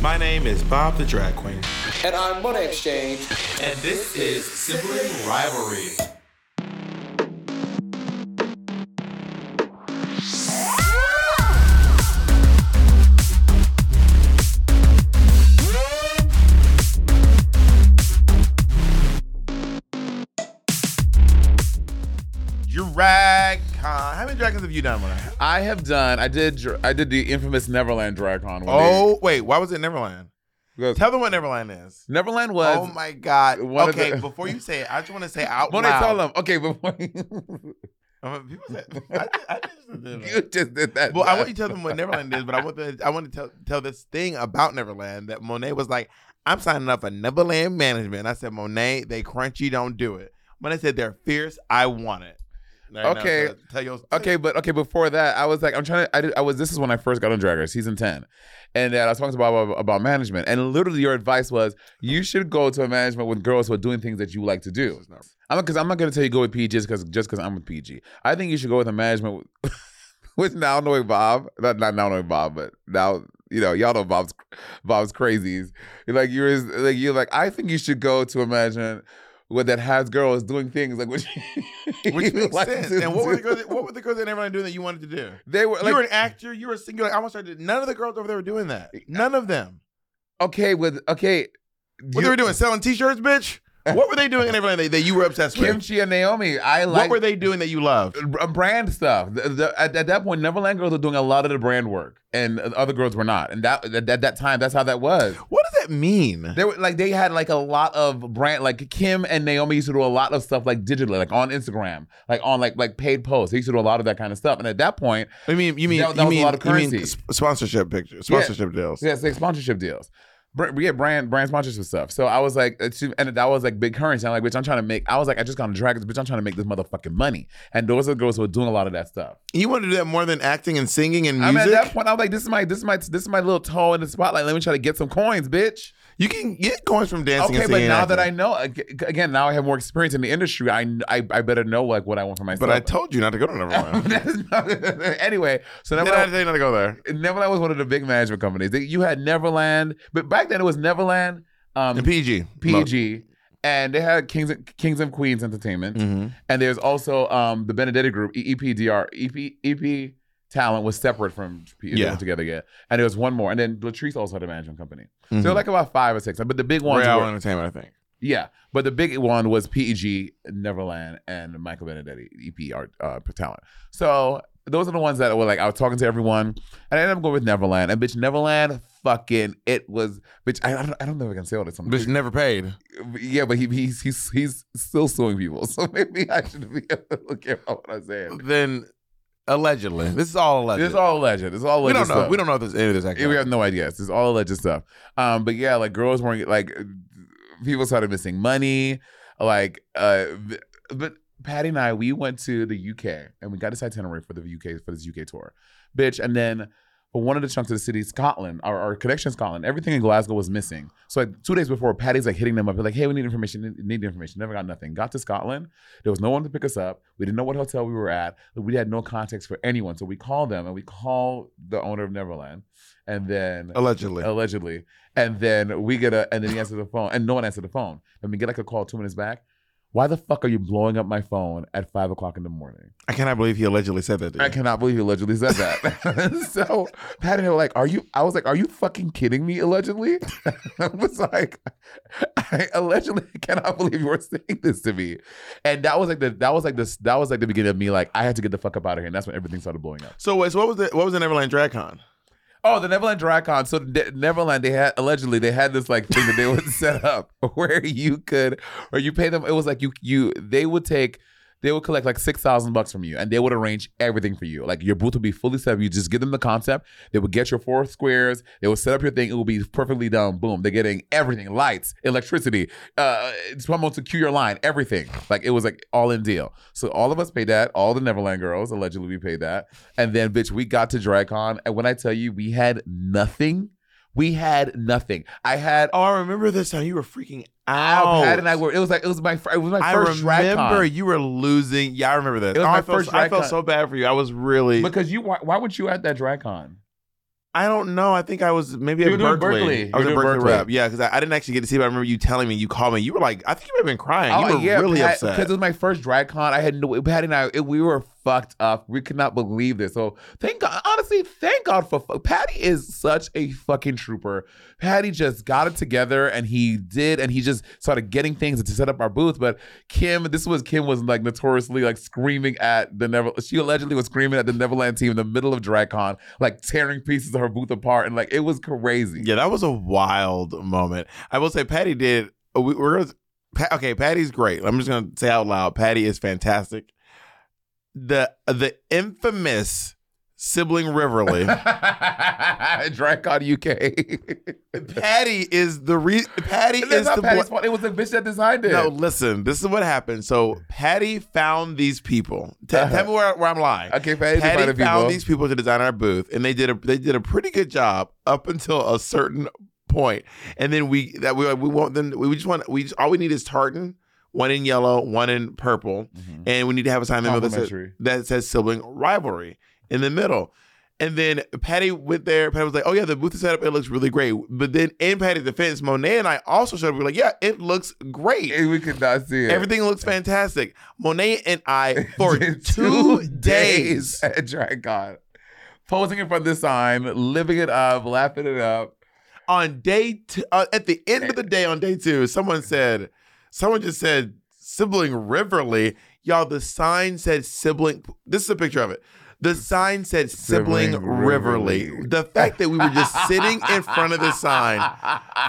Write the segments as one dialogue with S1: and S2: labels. S1: My name is Bob the Drag Queen.
S2: And I'm Money Exchange.
S1: And this is Sibling Rivalry. Your rag con. How many dragons have you done, Monet?
S3: I have done. I did. dr- I did the infamous Neverland DragCon. One day.
S1: Oh, wait. Why was it Neverland?
S3: Because
S1: Tell them what Neverland is.
S3: Neverland was.
S1: oh my God.
S3: one of
S1: Okay,
S3: the-
S1: before you say it, I just want to say out
S3: Monet,
S1: loud.
S3: tell them. Okay, before
S1: Um, people said, I, did, I just did
S3: you
S1: that.
S3: just did that.
S1: Well, I want you to tell them what Neverland is, but I want to, I want to tell, tell this thing about Neverland that Monet was like, I'm signing up for Neverland management. And I said, Monet, they crunchy, don't do it. Monet said, they're fierce, I want it. Right now,
S3: Okay.
S1: so tell your
S3: Okay, but okay. Before that, I was like, I'm trying to. I, did, I was. This is when I first got on Drag Race, season ten, and then I was talking to Bob ab- about management, and literally your advice was you should go to a management with girls who are doing things that you like to do.
S1: This is not-
S3: I'm because I'm not gonna tell you go with PG just because just because I'm with PG. I think you should go with a management with, with now knowing Bob, not not now knowing Bob, but now you know y'all know Bob's Bob's crazies. Like you're as- like you're like I think you should go to a management with that has girls doing things like which
S1: Which
S3: you
S1: makes
S3: like
S1: sense.
S3: to
S1: And what were, the
S3: do.
S1: girls, that- what were the girls at Neverland doing that you wanted to do?
S3: They were
S1: you were
S3: like
S1: an actor. You were a singer. Like, I almost started. None of the girls over there were doing that. None of them.
S3: okay with okay.
S1: What they were doing? Selling T-shirts, bitch. What were they doing in Neverland that, that you were obsessed with?
S3: Kimchi and Naomi. I
S1: what
S3: like
S1: were they doing that you loved?
S3: b- brand stuff. The- the- at, at that point, Neverland girls were doing a lot of the brand work, and other girls were not. And that at that, that time, that's how that was.
S1: What does that mean?
S3: They were like they had like a lot of brand like Kim and Naomi used to do a lot of stuff like digitally, like on Instagram, like on like like paid posts. They used to do a lot of that kind of stuff. And at that point,
S1: I mean, you mean
S3: That- that
S1: you
S3: was a
S1: mean,
S3: lot of
S1: you mean
S3: currency.
S1: sp- sponsorship pictures, sponsorship deals.
S3: So that's like sponsorship deals. Br- We had brand brand sponsorship stuff. So I was like, it's- and that was like big currency. I'm like, bitch, I'm trying to make. I was like, I just got on dragons, bitch. I'm trying to make this motherfucking money. And those are the girls who are doing a lot of that stuff.
S1: You want to do that more than acting and singing and
S3: I mean,
S1: music.
S3: at that point, I was like, this is my this is my this is my little toe in the spotlight. Let me try to get some coins, bitch.
S1: you can get coins from dancing.
S3: Okay,
S1: and
S3: but
S1: singing and
S3: now that I
S1: acting.
S3: know, ag- again, now I have more experience in the industry. I I, I better know like what I want for myself.
S1: but I told you not to go to Neverland. Did
S3: That's not- anyway, so
S1: I tell
S3: Neverland,
S1: you not to go there?
S3: Neverland was one of the big management companies. They- You had Neverland, but back then it was Neverland, um,
S1: And PG,
S3: PG, and they had Kings and, Kings and Queens Entertainment,
S1: Mm-hmm.
S3: and there's also um, the Benedetti Group, E- EPDR, EP, EP Talent was separate from P-
S1: Yeah.
S3: yeah. together yet, and there was one more, and then Latrice also had a management company. So
S1: Mm-hmm.
S3: like about five or six, but the big ones,
S1: Royale
S3: were-
S1: Entertainment, I think.
S3: yeah, but the big one was PEG, Neverland, and Michael Benedetti, EP art uh, talent. So those are the ones that were like I was talking to everyone, and I ended up going with Neverland. And bitch, Neverland, fucking, it was bitch. I, I don't, I don't know if I can say all this. I'm-
S1: Bitch never paid.
S3: yeah, but he, he's he's he's still suing people, so maybe I should be looking at what I'm saying.
S1: Then allegedly, this is all alleged.
S3: This is all legend. It's all
S1: we
S3: legend.
S1: don't know.
S3: stuff.
S1: We don't know if there's any of this.
S3: Yeah,
S1: Actually.
S3: we have no ideas. It's all alleged stuff. Um, but yeah, like girls weren't like people started missing money. Like, uh, th- but Patty and I, we went to the UK and we got this itinerary for the UK for this UK tour, bitch. And then for one of the chunks of the city, Scotland, our, our connection in Scotland, everything in Glasgow was missing. So like two days before, Patty's like hitting them up, like, hey, we need information, need information. Never got nothing. Got to Scotland, there was no one to pick us up. We didn't know what hotel we were at. We had no context for anyone. So we called them and we called the owner of Neverland. And then
S1: Allegedly.
S3: allegedly. And then we get a, and then he answers the phone, and no one answered the phone. And we get like a call two minutes back. Why the fuck are you blowing up my phone at five o'clock in the morning?
S1: I cannot believe he allegedly said that. to
S3: I
S1: you.
S3: cannot believe you allegedly said that. so Pat and I were like, "Are you?" I was like, "Are you fucking kidding me?" Allegedly, I was like, "I allegedly cannot believe you were saying this to me." And that was like the that was like this that was like the beginning of me like I had to get the fuck up out of here, and that's when everything started blowing up.
S1: So, wait, so what was the what was the Neverland Drag Con?
S3: Oh, the Neverland DragCon. So De- Neverland, they had allegedly they had this like thing that they would set up where you could or you pay them. It was like you you they would take they would collect like six thousand bucks from you and they would arrange everything for you. Like your booth would be fully set up. You just give them the concept. They would get your four squares. They would set up your thing. It would be perfectly done. Boom. They're getting everything: lights, electricity, uh, someone to cue your line, everything. Like it was like all in deal. So all of us paid that. All the Neverland girls allegedly we paid that. And then, bitch, we got to DragCon, and when I tell you, we had nothing. We had nothing. I had.
S1: Oh, I remember this time you were freaking
S3: Oh,
S1: out.
S3: Pat and I were. It was like it was my. fir- It was my
S1: I
S3: first
S1: remember
S3: DragCon.
S1: you were losing. Yeah, I remember that.
S3: It was
S1: Oh,
S3: my
S1: I felt,
S3: first
S1: I felt
S3: DragCon.
S1: so bad for you. I was really.
S3: Because you, why, why weren't you at that DragCon?
S1: I don't know. I think I was maybe
S3: You
S1: at
S3: were doing
S1: Berkeley.
S3: Berkeley.
S1: I was
S3: You
S1: at
S3: were doing
S1: Berkeley,
S3: Berkeley.
S1: rap. Yeah, because I, I didn't actually get to see, but I remember you telling me. You called me. You were like, I think you might have been crying. you
S3: Oh,
S1: were
S3: yeah,
S1: really
S3: Pat,
S1: upset.
S3: because it was my first drag con. I had no Patty and I. It, we were fucked up. We could not believe this. So thank God. Honestly, thank God for fu- Patty is such a fucking trooper. Patty just got it together and he did, and he just started getting things to set up our booth. But Kim, this was Kim was like notoriously like screaming at the Never. She allegedly was screaming at the Neverland team in the middle of drag con, like tearing pieces of her booth apart, and like it was crazy.
S1: Yeah, that was a wild moment. I will say, Patty did. uh, We, we're gonna, Pa- okay. Patty's great. I'm just gonna say out loud, Patty is fantastic. The the infamous sibling riverly.
S3: drag con UK.
S1: Patty is the re- Patty
S3: That's
S1: is
S3: not
S1: the
S3: Patty's
S1: bla-
S3: fault. It was the bitch that designed it.
S1: No, listen. This is what happened. So Patty found these people. T-
S3: Uh-huh.
S1: Tell me where, where I'm lying.
S3: okay, Patty,
S1: Patty found
S3: designed the people.
S1: these people to design our booth, and they did a they did a pretty good job up until a certain point, and then we that we we want them. We just want we just all we need is tartan, one in yellow, one in purple,
S3: Mhm.
S1: and we need to have a sign in the middle that says,
S3: Complimentary.
S1: that says sibling rivalry in the middle. And then Patty went there. Patty was like, "Oh yeah, the booth is set up. It looks really great." But then in Patty's defense, Monet and I also showed up. We were like, "Yeah, it looks great."
S3: And we could not see it.
S1: Everything looks fantastic. Monet and I for
S3: In
S1: two days
S3: at Drag Con. Posing in front of this sign, living it up, laughing it up.
S1: on day two, uh, at the end of the day on day two, someone said, someone just said sibling Riverly. Y'all, the sign said sibling. This is a picture of it. The sign said sibling,
S3: Sibling
S1: Riverly.
S3: Riverly.
S1: The fact that we were just sitting in front of the sign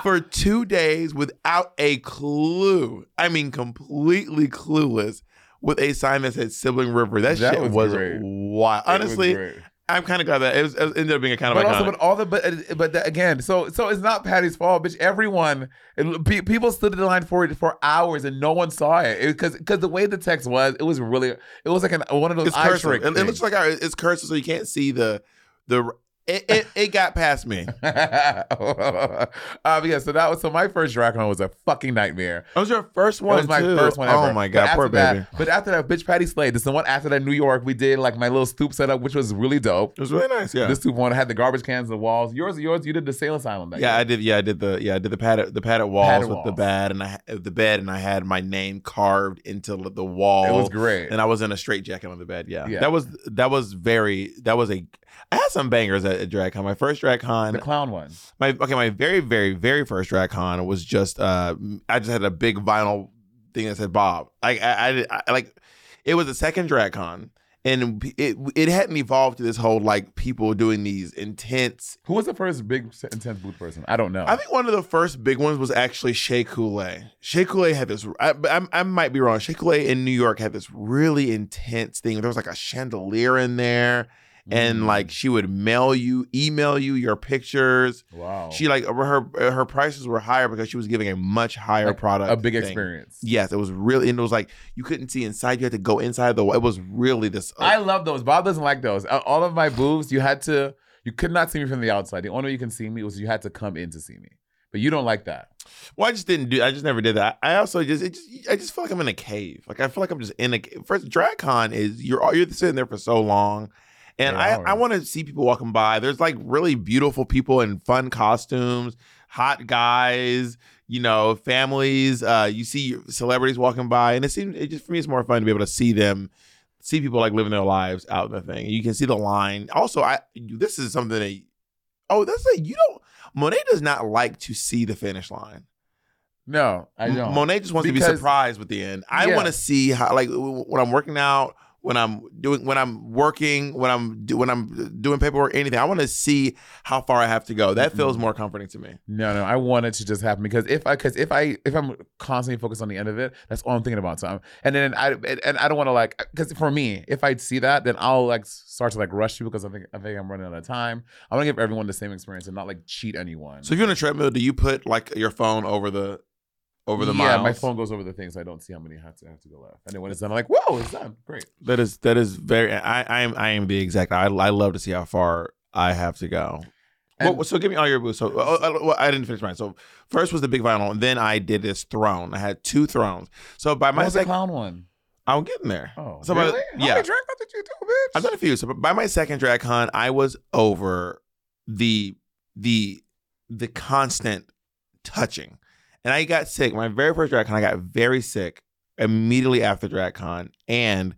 S1: for two days without a clue. I mean, completely clueless with a sign that said sibling river. That,
S3: That
S1: shit
S3: was
S1: was,
S3: great.
S1: wild.
S3: It was
S1: Honestly,
S3: great.
S1: I'm kind of glad that it, was, it ended up being a kind of
S3: but also,
S1: iconic.
S3: but all the but but that, again, so so it's not Patty's fault, bitch. Everyone, it, pe- people stood in line for it for hours and no one saw it because because the way the text was, it was really it was like an, one of those
S1: it's
S3: eye
S1: cursive.
S3: trick.
S1: It, it looks
S3: things.
S1: like our, it's cursive, so you can't see the the. It, it, it got past me.
S3: um, yeah, so that was so my first drag con was a fucking nightmare.
S1: That was your first
S3: That
S1: one.
S3: was my
S1: too.
S3: first one ever.
S1: Oh my god,
S3: But
S1: poor
S3: after that-
S1: baby.
S3: But after that, bitch, Patty Slade. This is the one after that, New York. We did like my little stoop setup, which was really dope.
S1: It was really nice. Yeah.
S3: This stoop one had the garbage cans, the walls. Yours, yours. You did the Sail Asylum. That
S1: yeah, I
S3: year.
S1: did. Yeah, I did the yeah, I did the padded the padded walls
S3: Padded
S1: with the
S3: walls.
S1: bed and I ha- the bed and I had my name carved into l- the wall.
S3: it was great.
S1: and I was in a straight jacket on the bed. Yeah.
S3: Yeah.
S1: that was that was very that was a. I had some bangers at, at drag con. My first drag con,
S3: the clown one.
S1: my okay, my very very very first drag con was just uh, I just had a big vinyl thing that said Bob. Like I, I, did- I like, it was the second drag con, and it it hadn't evolved to this whole like people doing these intense.
S3: Who was the first big intense booth person? I don't know.
S1: I think one of the first big ones was actually Shea Coulee. Shea Coulee had this. I, but I'm- I, might be wrong. Shea Coulee in New York had this really intense thing. There was like a chandelier in there.
S3: Mm.
S1: And like she would mail you, email you your pictures.
S3: wow,
S1: She like uh, her her prices were higher because she was giving a much higher
S3: Like,
S1: product.
S3: a big
S1: thing.
S3: experience.
S1: Yes, it was really and it was like you couldn't see inside. You had to go inside the. It was really this. uh,
S3: I love those. Bob doesn't like those. Uh, All of my boobs, you had to, you could not see me from the outside. The only way you can see me was you had to come in to see me. But you don't like that.
S1: well, I just didn't do. I just never did that. I also just, it just I just feel like I'm in a cave. Like I feel like I'm just in a ca- first drag con is you're all- you're sitting there for so long. And
S3: Eight
S1: I,
S3: hours.
S1: I want to see people walking by. There's like really beautiful people in fun costumes, hot guys, you know, families. Uh, you see celebrities walking by, and it seems it just for me it's more fun to be able to see them, see people like living their lives out in the thing. You can see the line. Also, I this is something that oh that's like you don't Monet does not like to see the finish line.
S3: No, I
S1: M-
S3: don't.
S1: Monet just wants to be
S3: Because-
S1: surprised with the end. I
S3: Yeah.
S1: want to see how, like, w- w- when I'm working out, when I'm doing, when I'm working, when I'm do, when I'm doing paperwork, anything. I want to see how far I have to go.
S3: Mm-hmm.
S1: That feels more comforting to me.
S3: No, no, I want it to just happen because if I, because if I, if I'm constantly focused on the end of it, that's all I'm thinking about. So, I'm, and then I, and, and I don't want to like, because for me, if I see that, then I'll like start to like rush you because I think I think I'm running out of time. I want to give everyone the same experience and not like cheat anyone.
S1: So if you're on a treadmill, do you put like your phone over the over the
S3: yeah,
S1: miles?
S3: my phone goes over the things I don't see how many have to have to go left, and then when it's done, I'm like, whoa, it's done, great.
S1: That is that is very. I I am I am the exact. I I love to see how far I have to go.
S3: And-
S1: well, so give me all your boots. So oh, oh, well, I didn't finish mine. So first was the big vinyl, and then I did this throne. I had two thrones. So by my
S3: What was the
S1: second,
S3: clown one?
S1: I'm getting there.
S3: Oh,
S1: So
S3: really?
S1: about-
S3: How
S1: yeah.
S3: many drag did you do, bitch?
S1: I've done a few. So by my second drag con, I was over the the the constant touching. And I got sick. My very first DragCon, I got very sick immediately after DragCon. And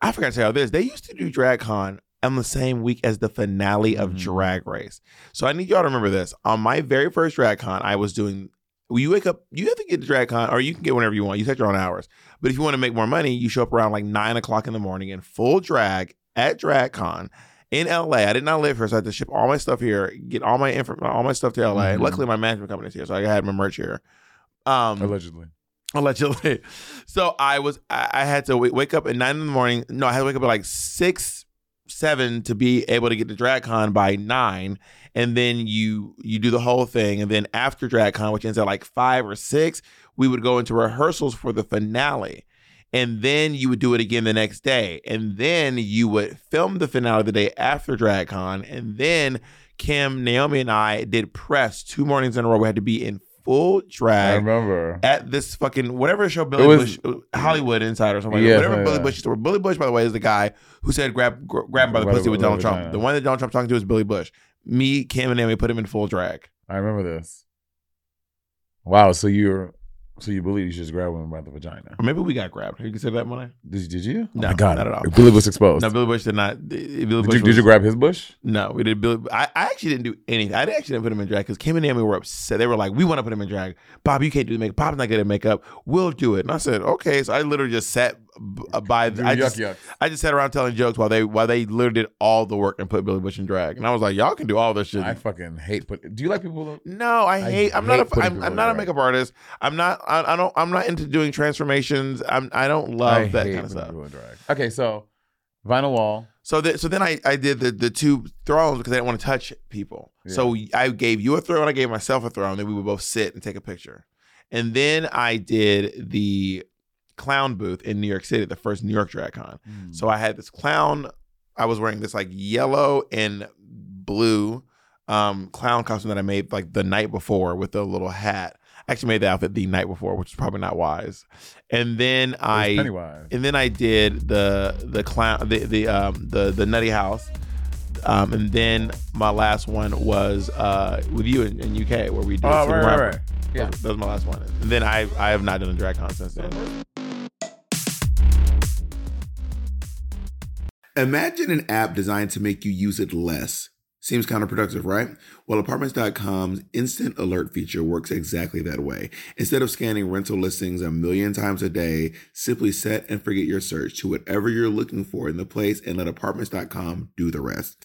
S1: I forgot to tell you this. They used to do DragCon on the same week as the finale of
S4: Mhm.
S1: Drag Race. So I need y'all to remember this. On my very first DragCon, I was doing well, you wake up, you have to get to DragCon, or you can get whenever you want. You set your own hours. But if you want to make more money, you show up around like nine o'clock in the morning in full drag at DragCon in LA. I did not live here, so I had to ship all my stuff here, get all my info, all my stuff to LA.
S4: Mhm.
S1: Luckily, my management company's here, so I had my merch here. Um,
S4: Allegedly.
S1: allegedly. So I was I, I had to wait, wake up at nine in the morning. No, I had to wake up at like six, seven to be able to get to DragCon by nine, and then you you do the whole thing, and then after DragCon, which ends at like five or six, we would go into rehearsals for the finale. And then you would do it again the next day. And then you would film the finale the day after DragCon. And then Kim, Naomi, and I did press two mornings in a row. We had to be in full
S4: I
S1: drag
S4: remember.
S1: at this fucking whatever show Billy
S4: was-
S1: Bush uh, Hollywood Insider or something.
S4: Yeah,
S1: like whatever
S4: yeah,
S1: Billy
S4: yeah.
S1: Bush store. Billy Bush, by the way, is the guy who said grab gr- grab him by the
S4: Right,
S1: pussy with
S4: right,
S1: Donald
S4: right,
S1: Trump.
S4: right.
S1: The one that Donald Trump's talking to is Billy Bush. Me, Kim, and Amy put him in full drag.
S4: I remember this. Wow. So you're, so you believe you should just grab women by the vagina?
S1: Or maybe we got grabbed. You consider that money?
S4: Did you? Did you?
S1: No,
S4: oh my God.
S1: not at all.
S4: Billy was exposed.
S1: No, Billy Bush did not. Billy
S4: did,
S1: Bush
S4: you, did
S1: was-
S4: you grab his bush?
S1: No, we did. Billy, I, I actually didn't do anything. I actually didn't put him in drag because Kim and Naomi were upset. They were like, "We want to put him in drag. Bob, you can't do the makeup. Bob's not good at makeup. We'll do it." And I said, "Okay." So I literally just sat b- uh, by.
S4: Do
S1: the I
S4: yuck
S1: just,
S4: yuck.
S1: I just sat around telling jokes while they while they literally did all the work and put Billy Bush in drag, and I was like, y'all can do all this shit.
S4: I fucking hate. But do you like people? who-
S1: no, I
S4: I
S1: hate. I am not.
S4: hate
S1: A,
S4: putting
S1: I'm,
S4: people
S1: I'm
S4: in
S1: not a
S4: drag.
S1: makeup artist. I'm not. I, I don't. I'm not into doing transformations. I'm. I don't love
S4: I
S1: that
S4: hate
S1: kind of
S4: when
S1: stuff.
S4: people are drag. Okay, so vinyl wall.
S1: So that. So then I. I did the the two thrones because I didn't want to touch people.
S4: Yeah.
S1: So I gave you a throne. I gave myself a throne. Then we would both sit and take a picture. And then I did the clown booth in New York City, the first New York Drag Con. So I had this clown. I was wearing this like yellow and blue um, clown costume that I made like the night before with a little hat. I actually made the outfit the night before, which is probably not wise. And then
S4: It was
S1: I
S4: Pennywise.
S1: and then I did the the clown the the um, the the nutty house. Um, and then my last one was uh, with you in, in UK where we did
S4: oh right,
S1: Super
S4: right,
S1: Rapper.
S4: right. Yeah.
S1: That was my last one. And then I I have not done a drag con since then. Imagine an app designed to make you use it less. Seems counterproductive, right? Well, apartments.com's instant alert feature works exactly that way. Instead of scanning rental listings a million times a day, simply set and forget your search to whatever you're looking for in the place and let apartments.com do the rest.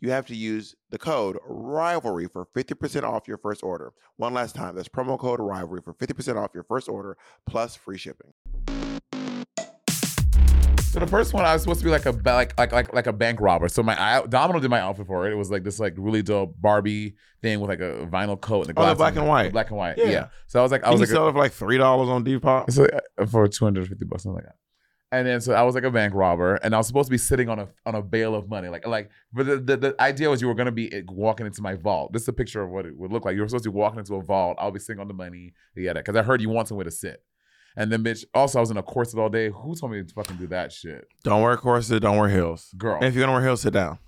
S5: you have to use the code rivalry for 50% off your first order. One last time, that's promo code rivalry for 50% off your first order plus free shipping.
S3: So the first one I was supposed to be like a ba- like like like, like a bank robber. So my I, Domino did my outfit for it. It was like this like really dope Barbie thing with like a vinyl coat and the
S5: Oh, the
S3: glasses.
S5: black and white.
S3: Black and white.
S5: Yeah.
S3: Yeah. So I was like, I was like, a-
S5: it for like $3 on Depop?
S3: So uh, for two hundred fifty bucks, something like that. And then so I was like a bank robber, and I was supposed to be sitting on a on a bale of money, like like. But the, the, the idea was you were gonna be uh, walking into my vault. This is a picture of what it would look like. You were supposed to be walking into a vault. I'll be sitting on the money, yeah, because I heard you want somewhere to sit. And then, bitch. Also, I was in a corset all day. Who told me to fucking do that shit,
S5: Don't wear corsets, don't wear heels.
S3: girl?
S5: And if you're gonna wear heels, sit down.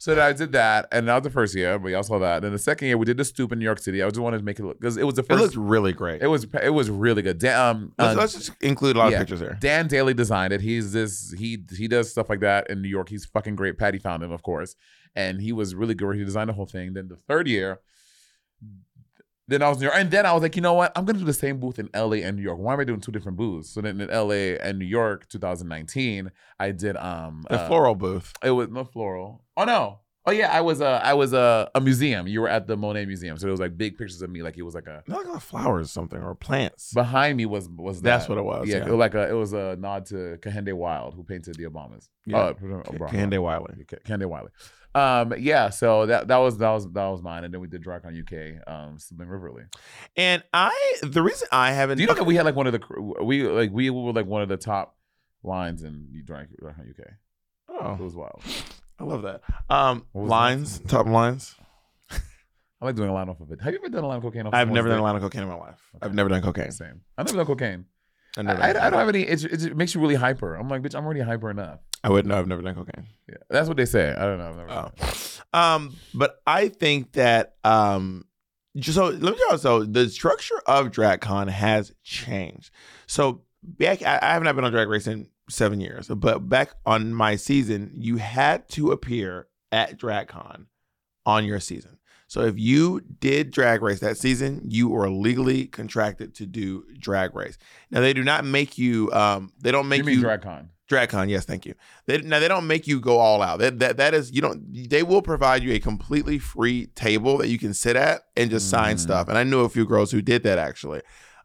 S3: So then I did that, and that was the first year. But y'all saw that. Then the second year, we did the stoop in New York City. I just wanted to make it look because it was the
S5: It
S3: first.
S5: looks really great.
S3: It was it was really good. Damn. um,
S5: let's,
S3: uh,
S5: let's just include a lot
S3: yeah.
S5: of pictures here.
S3: Dan Daly designed it. He's this he he does stuff like that in New York. He's fucking great. Patty found him, of course, and he was really good. He designed the whole thing. Then the third year, then I was in New York, and then I was like, you know what? I'm gonna do the same booth in L.A. and New York. Why am I doing two different booths? So then in L.A. and New York, 2019, I did um
S5: The
S3: uh,
S5: floral booth.
S3: It was not floral. Oh no. Oh yeah, I was uh I was uh, a museum. You were at the Monet Museum, so there was like big pictures of me. Like it was like a
S5: Not like flowers or something or plants.
S3: behind me was was
S5: That's
S3: that
S5: what it was.
S3: yeah,
S5: Yeah.
S3: it was like a it was a nod to Kahende Wild, who painted the Obamas.
S5: Yeah.
S3: Uh, Obama.
S5: Candy Wiley.
S3: K- Kahende Wiley. Um, yeah, so that that was that was that was mine, and then we did Drakon UK, um, Slim Riverly.
S5: And I, the reason I haven't,
S3: Do you know that we had like one of the cr- we like we were like one of the top lines in Drakon UK? It
S5: oh,
S3: was wild.
S5: I love that. Um,
S3: What was
S5: lines, top lines.
S3: I like doing a line off of it. Have you ever done a line of cocaine? Off
S5: I've
S3: someone's
S5: never done a
S3: dick?
S5: line of cocaine in my life. I've never done cocaine.
S3: Same. I've never done cocaine.
S5: I've
S3: I,
S5: never
S3: I,
S5: done
S3: I don't
S5: cocaine.
S3: have any. It, it just makes you really hyper. I'm like, bitch, I'm already hyper enough.
S5: I wouldn't know. I've never done cocaine.
S3: Yeah, that's what they say. I don't know. I've never done
S5: Oh.
S3: it.
S5: Um, but I think that um just so let me tell you so the structure of DragCon has changed. So back I, I have not been on drag race in seven years, but back on my season, you had to appear at DragCon on your season. So if you did drag race that season, you were legally contracted to do drag race. Now they do not make you um they don't make
S3: you mean
S5: you
S3: DragCon?
S5: DragCon, yes, thank you. They, now they don't make you go all out. That, that that is you don't. They will provide you a completely free table that you can sit at and just sign
S3: Mm.
S5: stuff. And I knew a few girls who did that actually.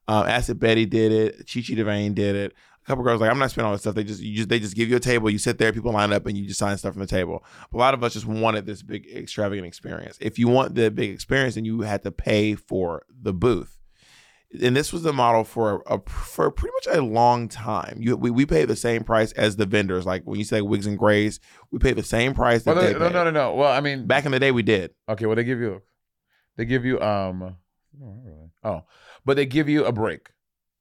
S5: Um, Acid Betty did it. Chi Chi Devane did it. A couple girls like I'm not spending all this stuff. They just you just they just give you a table. You sit there. People line up and you just sign stuff from the table. A lot of us just wanted this big extravagant experience. If you want the big experience, then you had to pay for the booth and this was the model for a for pretty much a long time. You we, we pay the same price as the vendors. Like when you say Wigs and Grays, we pay the same price. That
S3: Well,
S5: they
S3: uh, no, no,
S5: pay.
S3: no, no, no. Well, I mean,
S5: Back in the day, we did.
S3: Okay, well they give you, they give you um, no, not really. oh, but they give you a break,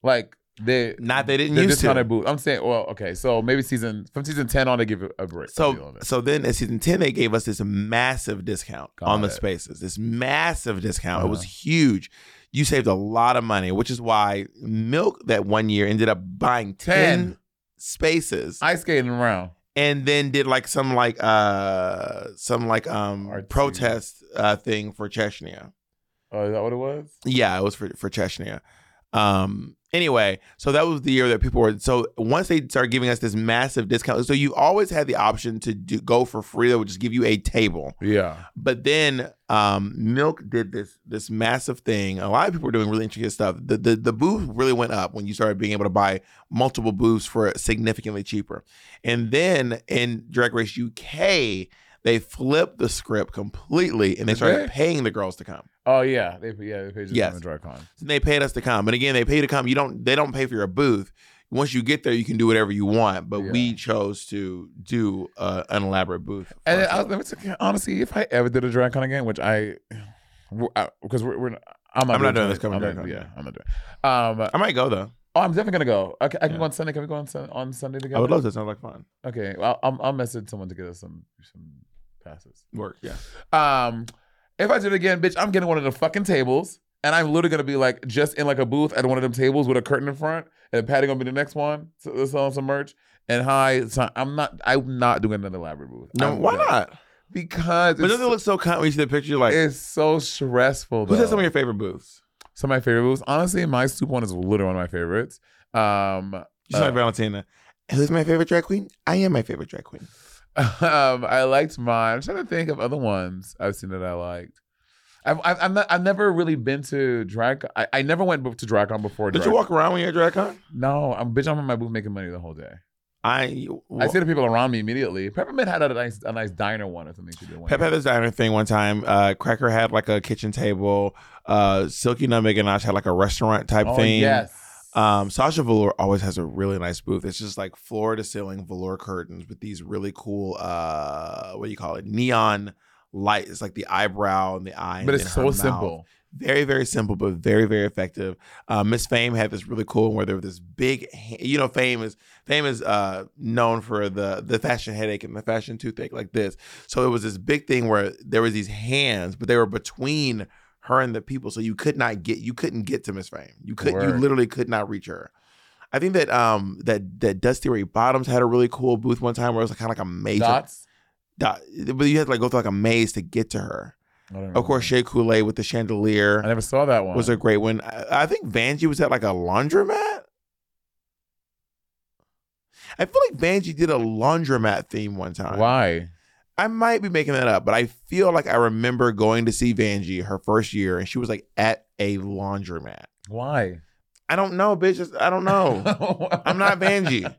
S3: like they
S5: Not they didn't
S3: they're
S5: used to.
S3: discounted booth. I'm saying, well, okay, so maybe season from season ten on they give you a break. Something
S5: So
S3: like that.
S5: so then in season ten, they gave us this massive discount
S3: Got
S5: on the
S3: it.
S5: spaces. This massive discount. It was
S3: Uh-huh.
S5: huge. You saved a lot of money, which is why Milk that one year ended up buying ten,
S3: Ten.
S5: spaces.
S3: ice skating around.
S5: and then did like some like uh some like um
S3: Artsy.
S5: protest uh thing for Chechnya.
S3: Oh, is that what it was?
S5: Yeah, it was for for Chechnya. Um anyway, so that was the year that people were so once they started giving us this massive discount, so you always had the option to do, go for free that would just give you a table.
S3: Yeah,
S5: But then um Milk did this this massive thing. A lot of people were doing really intricate stuff. The the, the booth really went up when you started being able to buy multiple booths for significantly cheaper. And then in Drag Race UK, they flipped the script completely and they
S3: Did
S5: started
S3: they?
S5: paying the girls to come.
S3: oh yeah, they yeah they paid you
S5: Yes.
S3: yes. DragCon.
S5: So they paid us to come. And again, they pay to come. You don't they don't pay for your booth. Once you get there, you can do whatever you want. But we
S3: Yeah. chose
S5: to do uh, an elaborate booth. for
S3: And I
S5: ourselves.
S3: was, let me tell you, honestly, if I ever did a DragCon again, which I, because we're, we're I'm not,
S5: I'm not doing this coming
S3: I'm not-
S5: DragCon.
S3: Yeah, I'm not doing. it. Um,
S5: I might go though.
S3: oh, I'm definitely gonna go. I, can- I can
S5: Yeah.
S3: go on Sunday. Can we go on Sun- on Sunday together?
S5: I would love to. Sounds like fun.
S3: Okay, well, I'll, I'll message someone to get us some some passes.
S5: Work. Yeah.
S3: Um, if I do it again, bitch, I'm getting one of the fucking tables, and I'm literally gonna be like just in like a booth at one of them tables with a curtain in front, and Patty gonna be the next one so- selling some merch. And hi, so I'm not. I'm not doing an elaborate booth.
S5: No,
S3: I'm
S5: why
S3: good.
S5: not?
S3: because
S5: But
S3: it's,
S5: doesn't it look so kind when you see the picture? You're like,
S3: it's so stressful.
S5: who
S3: though.
S5: said some of your favorite booths?
S3: Some of my favorite movies. Honestly, my soup one is literally one of my favorites. Um,
S5: You
S3: Uh,
S5: sound like Valentina. Who's my favorite drag queen? I am my favorite drag queen.
S3: um, I liked mine. I'm trying to think of other ones I've seen that I liked. I've, I've, I'm not, I've never really been to drag. I, I never went b- to DragCon before.
S5: Did
S3: drag-
S5: you walk around when you're at drag con?
S3: No, I'm bitch. I'm in my booth making money the whole day.
S5: I
S3: I see the people around me immediately. Peppermint had a nice, a nice diner one or something she did. one
S5: Pep
S3: year.
S5: had this diner thing one time. Uh, Cracker had like a kitchen table. Uh, Silky Nutmeg and Ash had like a restaurant type
S3: oh,
S5: thing.
S3: Yes.
S5: Um, Sasha Velour always has a really nice booth. It's just like floor to ceiling velour curtains with these really cool, uh, what do you call it? Neon light. It's like the eyebrow and the eye. and
S3: but it's
S5: then
S3: so
S5: her mouth.
S3: simple.
S5: very very simple but very very effective uh, miss fame had this really cool one where there was this big ha- you know fame is fame is uh, known for the the fashion headache and the fashion toothache like this so it was this big thing where there was these hands but they were between her and the people so you could not get you couldn't get to miss fame you could you
S3: Word.
S5: literally could not reach her I think that um that that Dusty Ray Bottoms had a really cool booth one time where it was kind of like a maze,
S3: Dots.
S5: dot, but you had to like go through like a maze to get to her.
S3: I don't
S5: Of course,
S3: remember.
S5: Shea Coulee with the chandelier
S3: I never saw that one.
S5: was a great one. I, I think Vanjie was at like a laundromat. I feel like Vanjie did a laundromat theme one time.
S3: Why?
S5: I might be making that up, but I feel like I remember going to see Vanjie her first year, and she was like at a laundromat.
S3: Why?
S5: I don't know, bitch. It's- I don't know. I'm not Vanjie.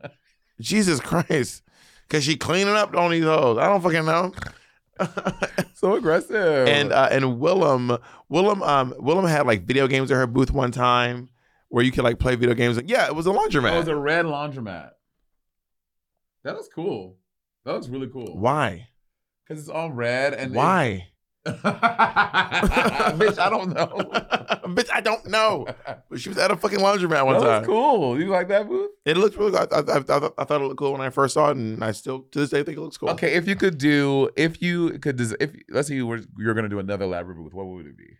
S5: Jesus Christ, because she cleaning up on these hoes. I don't fucking know.
S3: so aggressive.
S5: and uh, and Willem, Willem, um, Willem had like video games at her booth one time where you could like play video games. Yeah, it was a laundromat.
S3: It was a red laundromat. That was cool. That was really cool.
S5: Why?
S3: Because it's all red and it-
S5: Why?
S3: Bitch, I don't know.
S5: Bitch, I don't know. But she was at a fucking laundromat one
S3: that
S5: time.
S3: was cool. You like that booth?
S5: It looked really good. I, I, I, I thought it looked cool when I first saw it, and I still to this day think it looks cool.
S3: Okay, if you could do, if you could, des- if let's say you were, you're gonna do another library booth, what would it be?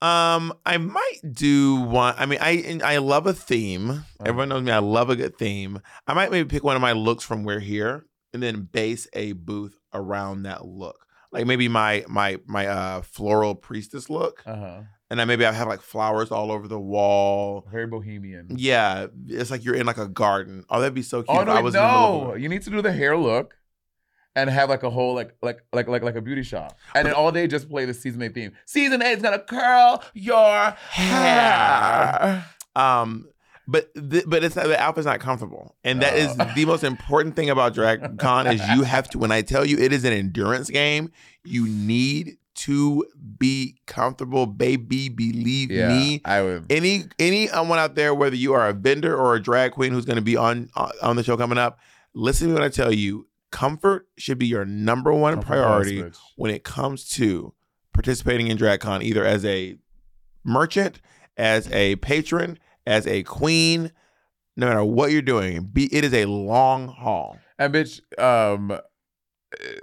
S5: Um, I might do one. I mean, I and I love a theme.
S3: Uh-huh.
S5: Everyone knows me. I love a good theme. I might maybe pick one of my looks from We're Here, and then base a booth around that look. Like maybe my my my uh floral priestess look,
S3: Uh huh.
S5: and then maybe I have like flowers all over the wall.
S3: Very bohemian.
S5: Yeah, it's like you're in like a garden. Oh, that'd be so cute.
S3: Oh
S5: Mm, if
S3: no,
S5: I in the middle of
S3: no!
S5: a-
S3: You need to do the hair look, and have like a whole like like like like like a beauty shop, and then all day just play the season eight theme. Season eight is gonna curl your hair.
S5: Um, but th- but it's the outfit's not comfortable, and that is
S3: Oh.
S5: the most important thing about drag con is you have to. When I tell you it is an endurance game, you need to be comfortable, baby. Believe
S3: Yeah,
S5: me.
S3: I would.
S5: Any anyone out there, whether you are a vendor or a drag queen who's going to be on uh, on the show coming up, listen to me when I tell you. Comfort should be your number one
S3: Comfort
S5: priority
S3: Palace, bitch.
S5: when it comes to participating in DragCon, either as a merchant, as a patron, as a queen, no matter what you're doing, be it is a long haul.
S3: And bitch, um, uh,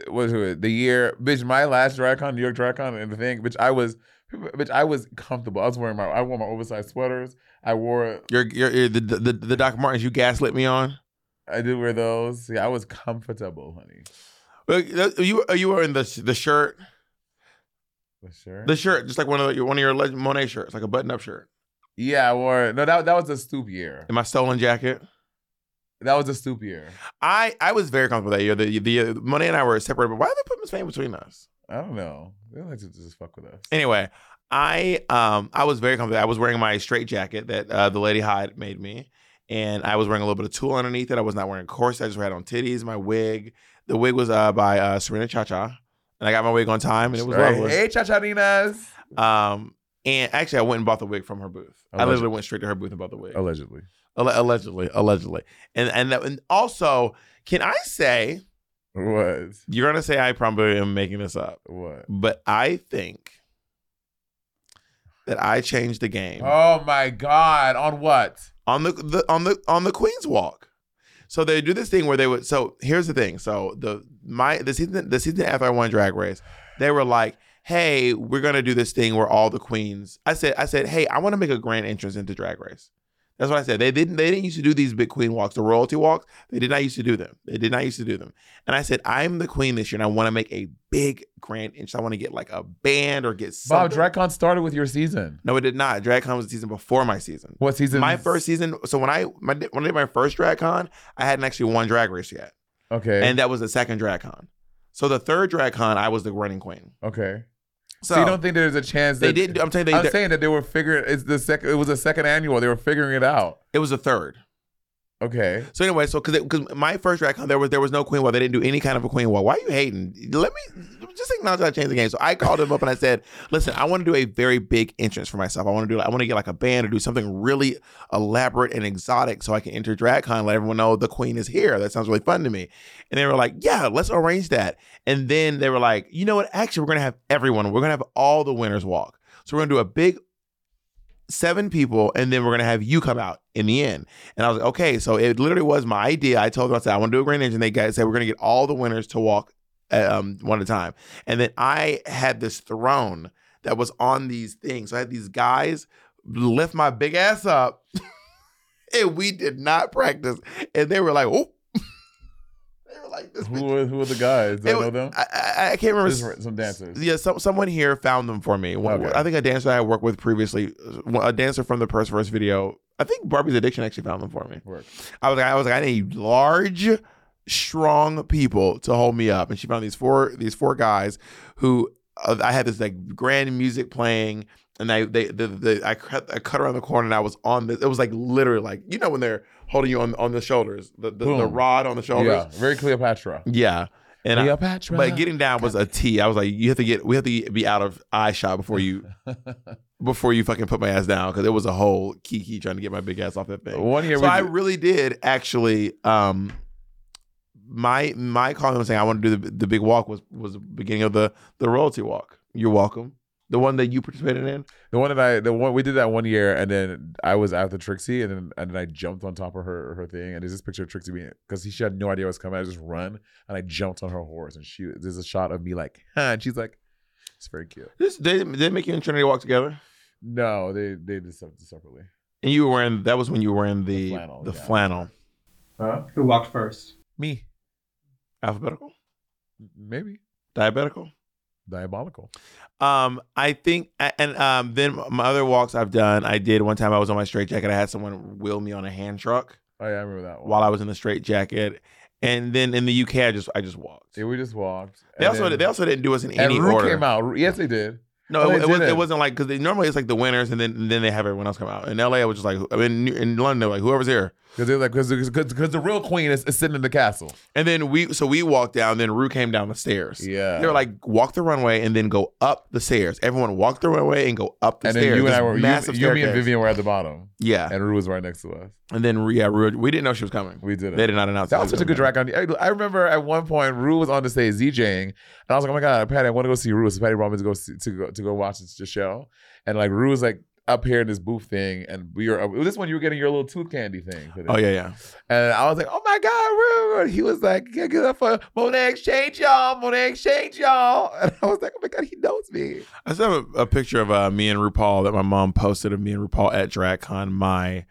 S3: what was it? The year, bitch, my last DragCon, New York DragCon, and the thing, bitch, I was, bitch, I was comfortable. I was wearing my, I wore my oversized sweaters. I wore,
S5: You're, you're, you're the, the the Doc Martens you gaslit me on.
S3: I did wear those. Yeah, I was comfortable, honey.
S5: Well, You you were in the the shirt,
S3: The shirt.
S5: the shirt, just like one of your one of your Legend Monet shirts, like a button up shirt.
S3: yeah, I wore. No, that that was the stoop year.
S5: And my stolen jacket.
S3: That was the stoop year. I
S5: I I was very comfortable that year. The the Monet and I were separated, but why did they put Miss Fame between us?
S3: don't know. They like to just fuck with us.
S5: Anyway, I um I was very comfortable. I was wearing my straight jacket that uh, the lady Hyde made me, and I was wearing a little bit of tulle underneath it. I was not wearing a corset. I just had on titties. My wig, the wig was uh by uh, Serena Cha Cha, and I got my wig on time, and it was
S3: Right.
S5: lovely.
S3: Hey, chacharinas.
S5: Um, and actually, I went and bought the wig from her booth. I
S3: Alleged- Oh.
S5: literally went straight to her booth and bought the wig.
S3: Allegedly.
S5: Alle- allegedly, allegedly, and and that, and also, can I say
S3: What?
S5: you're gonna say I probably am making this up,
S3: What?
S5: but I think that I changed the game.
S3: Oh my God! On what?
S5: on the, the on the on the Queen's Walk. So they do this thing where they would. So here's the thing. So the my the season the season after I won Drag Race, they were like, "Hey, we're gonna do this thing where all the queens." I said, "I said, hey, I want to make a grand entrance into Drag Race." That's what I said. They didn't. They didn't used to do these big queen walks, the royalty walks. They did not used to do them. They did not used to do them. And I said, I'm the queen this year, and I want to make a big grand inch. I want to get like a band or get
S3: Bob
S5: something.
S3: DragCon started with your season.
S5: no, it did not. DragCon was the season before my season.
S3: What season?
S5: My first season. So when I my, when I did my first DragCon, I hadn't actually won Drag Race yet,
S3: Okay.
S5: and that was the second DragCon. So the third DragCon, I was the running queen.
S3: okay.
S5: So,
S3: So, you don't think there's a chance that
S5: they did. I'm telling you,
S3: I'm
S5: they,
S3: saying that they were figuring. It's the second. It was a second annual. They were figuring it out.
S5: it was the third.
S3: Okay.
S5: So anyway, so because because my first DragCon there was there was no queen wall. They didn't do any kind of a queen wall. Why are you hating? Let me just acknowledge that I changed the game. So I called him up and I said, "Listen, I want to do a very big entrance for myself. I want to do I want to get like a band or do something really elaborate and exotic so I can enter DragCon. Let everyone know the queen is here. That sounds really fun to me." And they were like, "Yeah, let's arrange that." And then they were like, "You know what? Actually, we're gonna have everyone. We're gonna have all the winners walk. So we're gonna do a big." Seven people, and then we're gonna have you come out in the end. And I was like, okay, so it literally was my idea. I told them, I said, I want to do a grand engine. They guys said, we're going to get all the winners to walk um, one at a time. And then I had this throne that was on these things. So I had these guys lift my big ass up, and we did not practice. And they were like, oh, they were like, this
S3: Who
S5: bitch.
S3: were, who were the guys? Do
S5: It
S3: I know
S5: was-
S3: them?
S5: I, I, I can't remember.
S3: Just r- some dancers.
S5: Yeah, some, someone here found them for me. One-
S3: Okay.
S5: I think a dancer I had worked with previously, uh, a dancer from the Purse First video. I think Barbie's Addiction actually found them for me.
S3: Work.
S5: I was like, I was like, I need large, strong people to hold me up. And she found these four these four guys who uh, I had this like grand music playing, and I they the, the I cut I cut around the corner and I was on this. It was like literally like you know when they're holding you on on the shoulders, the the, the
S3: Boom.
S5: rod on the shoulders.
S3: Yeah. Very Cleopatra.
S5: Yeah. And I,
S3: Cleopatra.
S5: but getting down was a T. I was like, you have to get we have to be out of eye shot before you before you fucking put my ass down because it was a whole kiki trying to get my big ass off that thing
S3: one year.
S5: so
S3: we
S5: I
S3: did-
S5: really did actually. Um, my my calling and saying I want to do the, the big walk was was the beginning of the the royalty walk. You're welcome. The one that you participated in.
S3: the one that I the one we did that one year, and then I was after Trixie, and then and then I jumped on top of her her thing, and there's this picture of Trixie being because she had no idea what was coming. I just run and I jumped on her horse, and she there's a shot of me like, huh, and she's like, it's very cute.
S5: This they they make you and Trinity walk together,
S3: No, they they did something separately.
S5: and you were wearing that was when you were wearing the the
S3: The flannel,
S5: flannel,
S3: yeah.
S6: Huh? Who walked first?
S3: Me,
S5: alphabetical,
S3: maybe
S5: diabetical.
S3: diabolical.
S5: Um, I think, and um, then my other walks I've done. I did one time. I was on my straight jacket. I had someone wheel me on a hand truck
S3: Oh yeah, I remember that one.
S5: while I was in the straight jacket, and then in the UK, I just I just walked.
S3: Yeah, we just walked.
S5: They
S3: and
S5: also
S3: then-
S5: they also didn't do us in
S3: and
S5: any
S3: Rue
S5: order.
S3: came out. Rue- Yes, they did.
S5: No,
S3: Oh,
S5: it,
S3: they
S5: it, was,
S3: didn't.
S5: it wasn't like because normally it's like the winners and then and then they have everyone else come out. In LA, it was just like I mean, in London, they were like whoever's here.
S3: Because they're like, because the real queen is, is sitting in the castle.
S5: And then we so we walked down. Then Rue came down the stairs.
S3: Yeah.
S5: They were like walk the runway and then go up the stairs. Everyone walk the runway and go up the
S3: and then
S5: stairs.
S3: you and I
S5: This
S3: were, you,
S5: massive
S3: you me and
S5: staircase.
S3: Vivian were at the bottom,
S5: Yeah.
S3: and Rue was right next to us.
S5: And then Rue- yeah, Rue, we didn't know she was coming.
S3: We did it.
S5: They did not announce.
S3: That
S5: she
S3: was such a good
S5: coming.
S3: drag on. I, I remember at one point Rue was on the stage DJing, and I was like, "Oh my god, Patty, I want to go see Rue." So Patty brought me to go see, to go to go watch the show, and like Rue was like up here in this booth thing, and we were this one you were getting your little tooth candy thing. for this.
S5: Oh yeah, yeah.
S3: And I was like, "Oh my god, Rue!" He was like, "Yeah, get up for Monet Exchange, y'all, Monet Exchange, y'all." And I was like, "Oh my god, he knows me."
S5: I still have a, a picture of uh, me and RuPaul that my mom posted of me and RuPaul at DragCon. My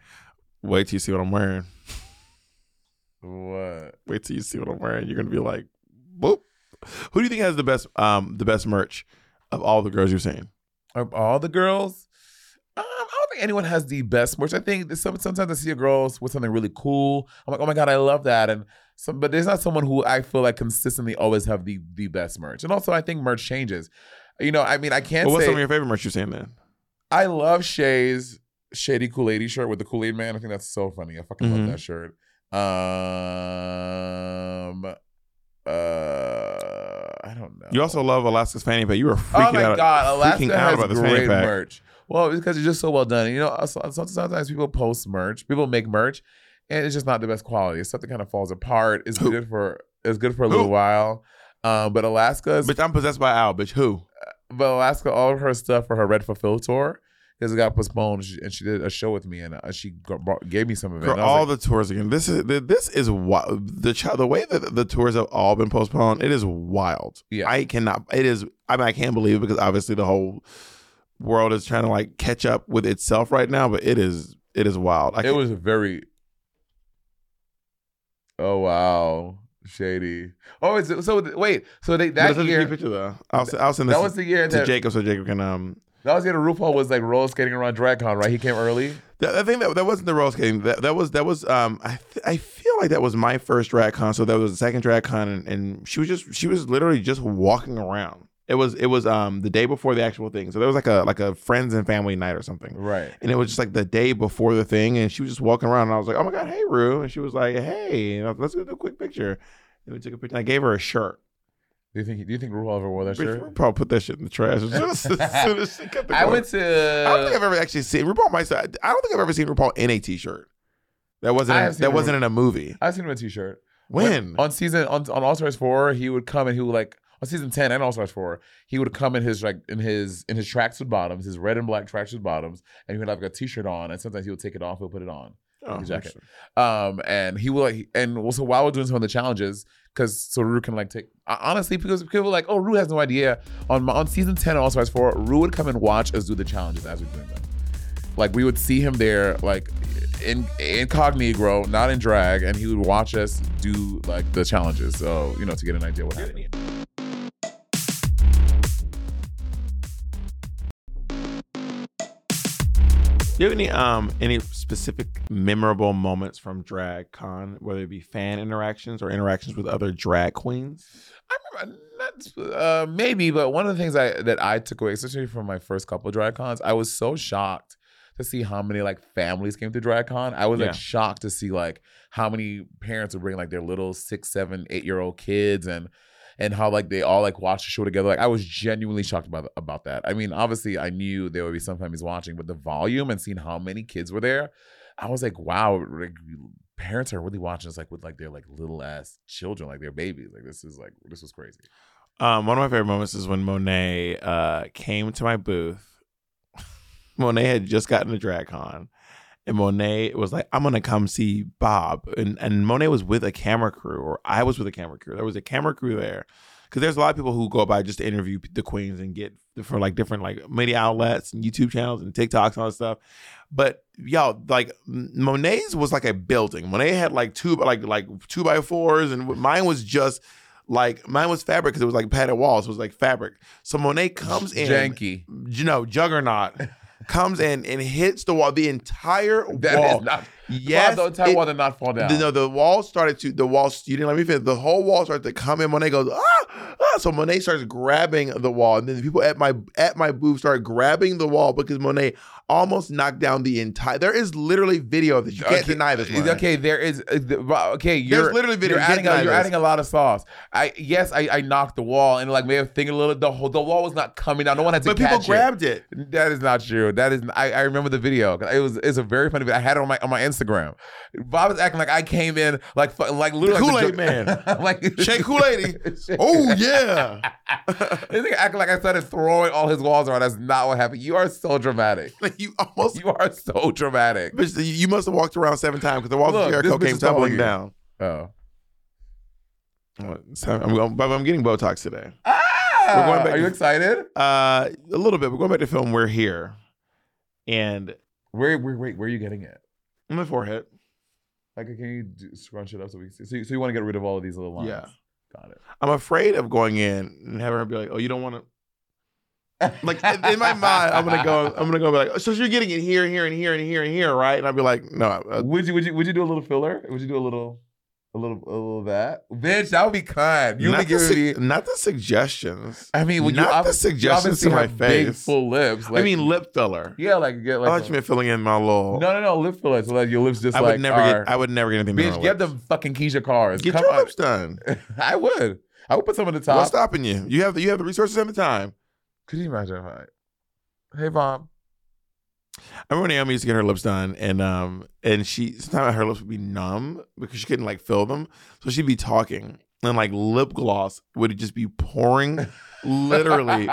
S5: wait till you see what I'm wearing.
S3: What?
S5: wait till you see what I'm wearing. You're gonna be like, whoop. Who do you think has the best um the best merch of all the girls you've seen?
S3: of all the girls, um, I don't think anyone has the best merch. I think that some, sometimes I see a girl with something really cool. I'm like, oh my god, I love that. And some, but there's not someone who I feel like consistently always have the the best merch. And also, I think merch changes. You know, I mean, I can't
S5: Well, what's
S3: say
S5: some of your favorite merch you've seen then?
S3: I love Shay's shady Kool Aid shirt with the Kool Aid man. I think that's so funny. I fucking
S5: Mhm.
S3: love that shirt. Um, uh, I don't know.
S5: You also love Alaska's fanny pack. You were freaking
S3: Oh my
S5: out,
S3: god,
S5: freaking
S3: Alaska
S5: out
S3: has
S5: about this fanny
S3: great
S5: pack.
S3: merch. Well, it's because it's just so well done. You know, uh, so- so- sometimes people post merch, people make merch, and it's just not the best quality. It's something kind of falls apart. It's
S5: Who?
S3: good for it's good for a
S5: Who?
S3: little while. Um, but Alaska's but,
S5: Bitch, I'm possessed by Al. Bitch, who?
S3: Alaska, all of her stuff for her Red Fulfill tour because it got postponed, she- and she did a show with me, and uh, she g- brought- gave me some of it.
S5: Girl,
S3: And I was
S5: all
S3: like,
S5: the tours again. This is th- this is wild. The chi- the way that the tours have all been postponed, it is wild.
S3: Yeah.
S5: I cannot. It is. I mean, I can't believe it because obviously the whole world is trying to like catch up with itself right now. But it is It is wild. I
S3: it
S5: can't-
S3: was very. Oh wow, shady. Oh, is it, so th- wait. So they
S5: But
S3: that
S5: it's such a
S3: year.
S5: cute picture though. I'll, s- I'll send this
S3: That was the year
S5: to
S3: that
S5: Jacob so Jacob can um.
S3: that was the year that RuPaul was like roller skating around DragCon, right? He came early.
S5: That, I think that that wasn't the roller skating. That, that was that was um. I th- I feel like that was my first drag con. So that was the second drag con, and, and she was just she was literally just walking around. It was it was um the day before the actual thing. So there was like a like a friends and family night or something.
S3: Right.
S5: And it was just like the day before the thing, and she was just walking around, and I was like, "Oh my god, hey Rue," and she was like, "Hey," and I was like, let's get a quick picture. And we took a picture. and I gave her a shirt.
S3: Do you think do you think RuPaul ever wore that
S5: We-
S3: shirt?
S5: we probably put that shit in the trash as soon as, as soon as she cut the.
S3: I
S5: cord.
S3: went
S5: I don't think
S3: to
S5: I've ever actually seen RuPaul. Myself, I don't think I've ever seen RuPaul in a t-shirt. That wasn't
S3: I
S5: in,
S3: have seen
S5: that
S3: him-
S5: wasn't in a movie.
S3: I've seen him in a t-shirt.
S5: When?
S3: on season on, on All Stars four, he would come and he would like on season ten and All Stars four, he would come in his like in his in his tracksuit bottoms, his red and black tracksuit bottoms, and he would have like a t-shirt on, and sometimes he would take it off, he'll put it on.
S5: Oh,
S3: jacket. Um, and he will like, and well, so while we're doing some of the challenges, because so Rue can like take uh, honestly because people were like, oh, Rue has no idea. On my- on season ten of All Stars four, Rue would come and watch us do the challenges as we're doing them. Like we would see him there, like in incognito, not in drag, and he would watch us do like the challenges. So you know to get an idea what happened.
S5: Do you have any um any specific memorable moments from Drag Con, whether it be fan interactions or interactions with other drag queens?
S3: I remember not, uh, maybe, but one of the things I that I took away, especially from my first couple of drag cons, I was so shocked to see how many like families came to drag con. I was
S5: Yeah.
S3: like shocked to see like how many parents would bring like their little six, seven, eight year old kids and and how like they all like watched the show together. Like I was genuinely shocked about about that. I mean, obviously I knew there would be some families watching, but the volume and seeing how many kids were there, I was like, wow, like parents are really watching us like with like their like little ass children, like their babies. Like this is like this was crazy.
S5: Um, one of my favorite moments is when Monet uh came to my booth. Monet had just gotten to Drag Con, and Monet was like, "I'm gonna come see Bob," and and Monet was with a camera crew, or I was with a camera crew. There was a camera crew there, because there's a lot of people who go by just to interview the queens and get for like different like media outlets and YouTube channels and TikToks and all that stuff. But y'all, like M- Monet's was like a building. Monet had like two like like two by fours, and mine was just like mine was fabric because it was like padded walls. It was like fabric. So Monet comes in,
S3: janky.
S5: you know, Juggernaut comes in and hits the wall, the entire
S3: That is
S5: wall.
S3: not.
S5: yes,
S3: the entire
S5: it-
S3: wall did not fall down.
S5: the, no, the wall started to the wall. You didn't let me finish. The whole wall started to come in. Monet goes ah, ah. So Monet starts grabbing the wall, and then the people at my at my booth start grabbing the wall because Monet almost knocked down the entire. There is literally video of this. You can't
S3: Okay,
S5: deny this. Monet.
S3: Okay, there is. uh, the- wow, Okay, you're
S5: literally video,
S3: You're,
S5: you can't
S3: adding a,
S5: deny
S3: you're
S5: this.
S3: adding a lot of sauce. I yes, I, I knocked the wall and like may have thinking a little. The whole the wall was not coming down. No one had to
S5: but people
S3: catch it.
S5: grabbed it.
S3: That is not true. That is I, I remember the video. It was it's a very funny video. I had it on my on my Instagram. Bob is acting like I came in like fu- like literally like the
S5: Kool-Aid Man.
S3: like
S5: Shake Kool Aid. Oh yeah.
S3: This nigga acting like I started throwing all his walls around. That's not what happened. You are so dramatic.
S5: Like, you almost
S3: You are so dramatic.
S5: Bitch, you- you must have walked around seven times because the walls
S3: Look,
S5: of
S3: this
S5: Jericho
S3: bitch
S5: came
S3: is following
S5: tumbling
S3: you.
S5: down.
S3: Oh.
S5: So I'm, going, but I'm getting Botox today.
S3: Ah!
S5: going back
S3: Are you
S5: to-
S3: excited?
S5: Uh, a little bit. We're going back to film. We're here, and
S3: Where, where, wait, where are you getting it?
S5: on my forehead.
S3: Like, can you do, scrunch it up so we can see? So you, so you want to get rid of all of these little lines?
S5: Yeah.
S3: Got it.
S5: I'm afraid of going in and having her be like, "Oh, you don't want to." Like in, in my mind, I'm gonna go. I'm gonna go be like, "Oh, "So you're getting it here, here, and here, and here, and here, right?" And I'll be like, "No, uh,
S3: would you would you would you do a little filler? Would you do a little a little a little of that? Bitch, that would be kind. You
S5: not,
S3: be
S5: the
S3: giving
S5: su-
S3: me.
S5: not the suggestions.
S3: I mean, when you
S5: not the
S3: obvi- you
S5: suggestions to
S3: obviously
S5: my
S3: have big
S5: face.
S3: full lips.
S5: I
S3: like-
S5: mean, lip filler.
S3: yeah, like get
S5: I
S3: like.
S5: thought you meant filling in my little.
S3: no, no, no, lip filler. So like your lips just
S5: I would
S3: like
S5: never
S3: are-
S5: get. I would never get anything. done
S3: Bitch,
S5: on
S3: get
S5: lips.
S3: the fucking Keisha cars.
S5: Get
S3: Come
S5: your
S3: on.
S5: lips done.
S3: I would. I would put some on the top.
S5: What's stopping you? You have the, you have the resources and the time.
S3: Could you imagine? if I- Hey, Bob.
S5: I remember when Naomi used to get her lips done, and um, and she sometimes her lips would be numb because she couldn't like fill them, so she'd be talking and like lip gloss would just be pouring, literally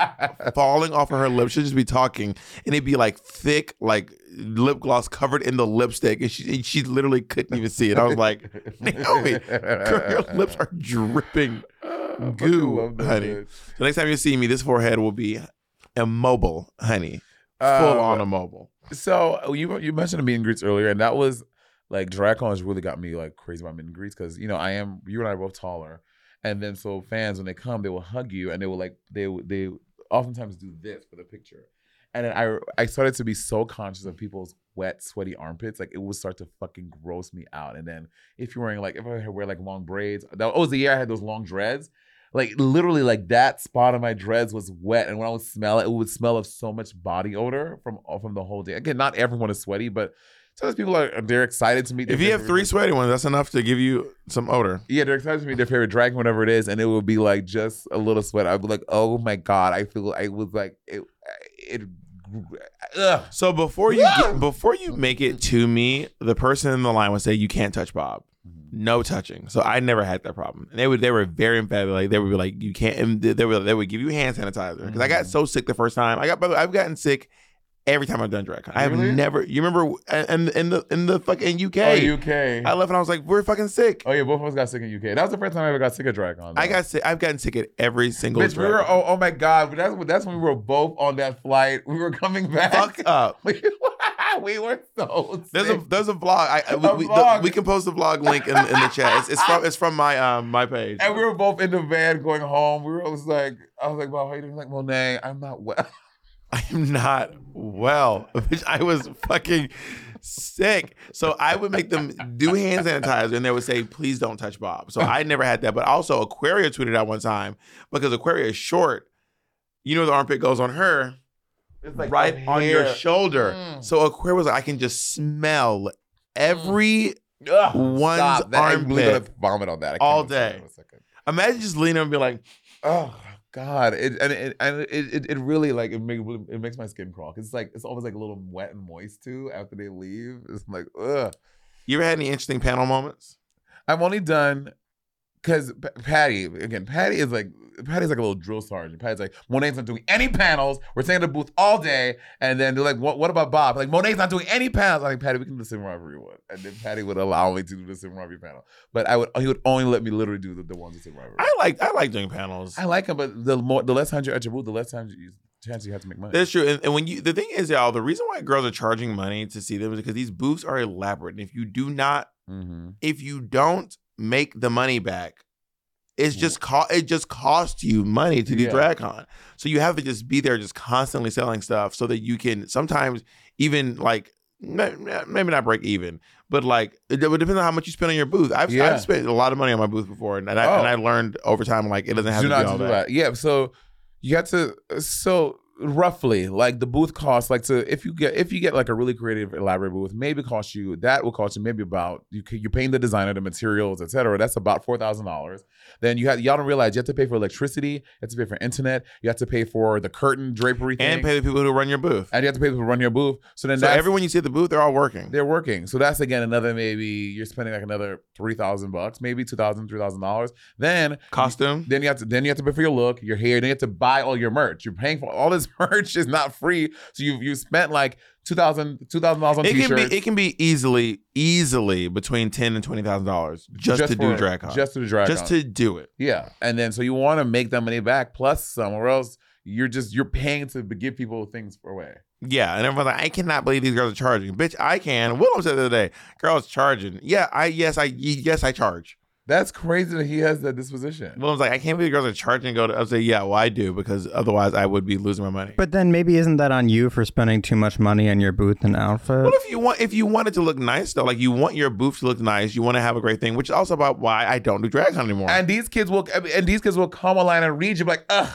S5: falling off of her lips. She'd just be talking, and it'd be like thick, like lip gloss covered in the lipstick, and she and she literally couldn't even see it. I was like, Naomi, girl, your lips are dripping.
S3: are
S5: goo, honey.
S3: Uh,
S5: The next time you see me, this forehead will be immobile, honey, full on immobile.
S3: So uh, you you mentioned the meet and greets earlier, and that was like DragCon's really got me like crazy about meet and greets because you know I am you and I are both taller, and then so fans when they come they will hug you and they will like they will- they oftentimes do this for the picture, and then I I started to be so conscious of people's wet sweaty armpits like it would start to fucking gross me out, and then if you're wearing like if I wear like long braids that was the year I had those long dreads. Like literally, like that spot on my dreads was wet, and when I would smell it, it would smell of so much body odor from from the whole day. Again, not everyone is sweaty, but sometimes people are they're excited to meet. their
S5: If you have
S3: favorite-
S5: three sweaty ones, that's enough to give you some odor.
S3: yeah, they're excited to meet their favorite dragon, whatever it is, and it would be like just a little sweat. I'd be like, oh my god, I feel. I was like, it, it, ugh. Oh,
S5: So before you get, before you make it to me, the person in the line would say, "You can't touch Bob." No touching. So I never had that problem. And they would they were very emphatic. Like they would be like, "You can't." And they were they would give you hand sanitizer because I
S3: Mm.
S5: got so sick the first time. I got by the way, I've gotten sick every time I've done drag. con. I have
S3: Really?
S5: never. You remember? And in the in the fucking UK,
S3: Oh, UK.
S5: I left and I was like, "We're fucking sick."
S3: oh yeah, both of us got sick in UK. That was the first time I ever got sick of dragon.
S5: I got sick. I've gotten sick at every single.
S3: Bitch, we
S5: drag
S3: were
S5: con.
S3: oh, oh my god, that's when- that's when we were both on that flight. We were coming back.
S5: fucked up.
S3: We, we were so sick.
S5: There's a there's a vlog. I, I- we,
S3: A
S5: we, the-
S3: vlog.
S5: we can post the vlog link in, in the chat. It's, it's from it's from my um my page.
S3: And we were both in the van going home. We were always like, I was like, "Wow, how you doing?" Like, Monet, I'm not well.
S5: I am not well. Bitch, I was fucking sick. So I would make them do hand sanitizer and they would say, please don't touch Bob. So I never had that. But also Aquaria tweeted out one time because Aquaria is short. You know the armpit goes on her.
S3: It's like
S5: right
S3: up
S5: on your
S3: here.
S5: shoulder.
S3: Mm.
S5: So Aquaria was like, I can just smell every
S3: Ugh,
S5: one's
S3: stop that. I'm really gonna
S5: armpit
S3: vomit on that I can't
S5: all
S3: even stand
S5: day.
S3: it for a second.
S5: imagine just leaning and be like,
S3: Oh God! It, and it and it, it, it really like it, make, it makes my skin crawl. 'Cause it's like it's always like a little wet and moist too after they leave. It's like ugh.
S5: you ever had any interesting panel moments?
S3: I've only done because Patty again. Patty is like Patty's like a little drill sergeant. Patty's like Monet's not doing any panels. We're staying at the booth all day, and then they're like, "What? What about Bob?" Like Monet's not doing any panels. I'm like Patty, we can do the sim robbery one, and then Patty would allow me to do the sim robbery panel. But I would he would only let me literally do the, the ones with sim robbery.
S5: I like I like doing panels.
S3: I like him, but the more the less times you're at your booth, the less times you chance you have to make money.
S5: That's true. And, and when you the thing is, y'all, the reason why girls are charging money to see them is because these booths are elaborate. And if you do not,
S3: mm-hmm.
S5: if you don't make the money back, it's just co- it just costs you money to do
S3: Yeah.
S5: drag con. So you have to just be there just constantly selling stuff so that you can sometimes even like ma- ma- maybe not break even, but like it would depend on how much you spend on your booth. I've,
S3: Yeah.
S5: I've spent a lot of money on my booth before, and I,
S3: Oh.
S5: and I learned over time like it doesn't have
S3: do
S5: to
S3: not
S5: be all
S3: do
S5: that.
S3: that. Yeah. So you have to. So roughly, like the booth costs, like to if you get if you get like a really creative, elaborate booth, maybe cost you that will cost you maybe about you c- you're paying the designer, the materials, etc. That's about four thousand dollars. Then you have y'all don't realize you have to pay for electricity, you have to pay for internet, you have to pay for the curtain drapery thing,
S5: And pay the people who run your booth.
S3: and you have to pay people to run your booth. So then
S5: So
S3: that's-
S5: everyone you see at the booth, they're all working.
S3: they're working. So that's again another maybe you're spending like another three thousand bucks, maybe two thousand, three thousand dollars. Then
S5: Costume.
S3: then you have to then you have to pay for your look, your hair, then you have to buy all your merch. You're paying for all this merch is not free. So you've you spent like two thousand two thousand dollars on
S5: It
S3: t-shirts.
S5: can be it can be easily easily between ten and twenty thousand dollars just, to do
S3: for-
S5: drag con. Just,
S3: Just to do drag con.
S5: to do it.
S3: Yeah. And then so you want to make that money back plus some or else you're just you're paying to give people things away.
S5: Yeah, and everyone's like, I cannot believe these girls are charging. Bitch, I can. Willem said the other day, girls charging. Yeah, I yes I yes I charge.
S3: That's crazy that he has that disposition.
S5: Willem's like, I can't believe girls are charging. Go to I say, yeah, well I do because otherwise I would be losing my money.
S7: But then maybe isn't that on you for spending too much money on your booth and
S3: uh,
S7: outfit?
S5: What if you want if you want it to look nice though? Like you want your booth to look nice, you want to have a great thing, which is also about why I don't do drag con anymore.
S3: And these kids will and these kids will come online and read you be like, ugh.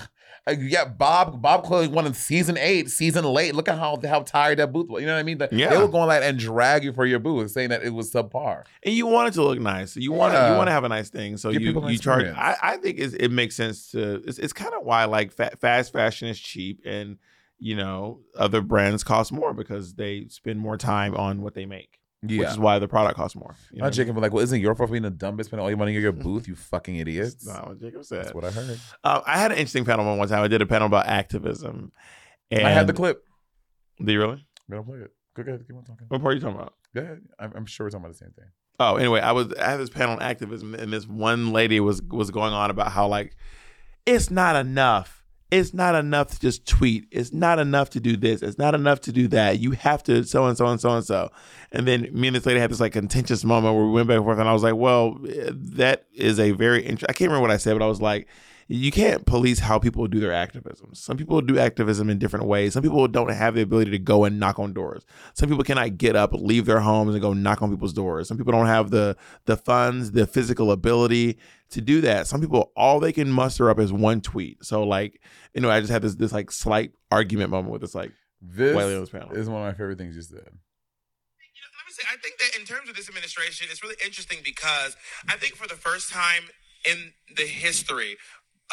S3: Uh, yeah, Bob. Bob clearly won in season eight, season late. Look at how how tired that booth was. You know what I mean? Like,
S5: Yeah.
S3: They will go online and drag you for your booth, saying that it was subpar.
S5: and you want it to look nice. You want to
S3: Yeah.
S5: you want to have a nice thing. So
S3: Give
S5: you
S3: people an
S5: you charge. I,
S3: experience.
S5: I think it's, it makes sense to. It's, it's kind of why like fa- fast fashion is cheap, and you know other brands cost more because they spend more time on what they make, which is why the product costs more. You know?
S3: Not Jacob, but like, well, isn't it your fault for being the dumbest? Spending all your money on your booth, you fucking idiots.
S5: That's not what Jacob
S3: That's
S5: said.
S3: what I heard.
S5: Um, I had an interesting panel one time. I did a panel about activism. And
S3: I had the clip.
S5: Do you really?
S3: I'm gonna play it. Go ahead, keep on talking.
S5: What part are you talking about?
S3: Go ahead. I'm, I'm sure we're talking about the same thing.
S5: Oh, anyway, I was I had this panel on activism, and this one lady was was going on about how like it's not enough it's not enough to just tweet. It's not enough to do this. It's not enough to do that. You have to so and so and so and so. And then me and this lady had this like contentious moment where we went back and forth, and I was like, well, eh, that is a very interesting. I can't remember what I said, but I was like, you can't police how people do their activism. Some people do activism in different ways. Some people don't have the ability to go and knock on doors. Some people cannot get up, leave their homes, and go knock on people's doors. Some people don't have the the funds, the physical ability to do that. Some people all they can muster up is one tweet. So like, you know, I just had this this like slight argument moment with this like
S3: This
S5: Wiley on this panel.
S3: is one of my favorite things you said.
S1: You know, let me say, I think that in terms of this administration, it's really interesting because I think for the first time in the history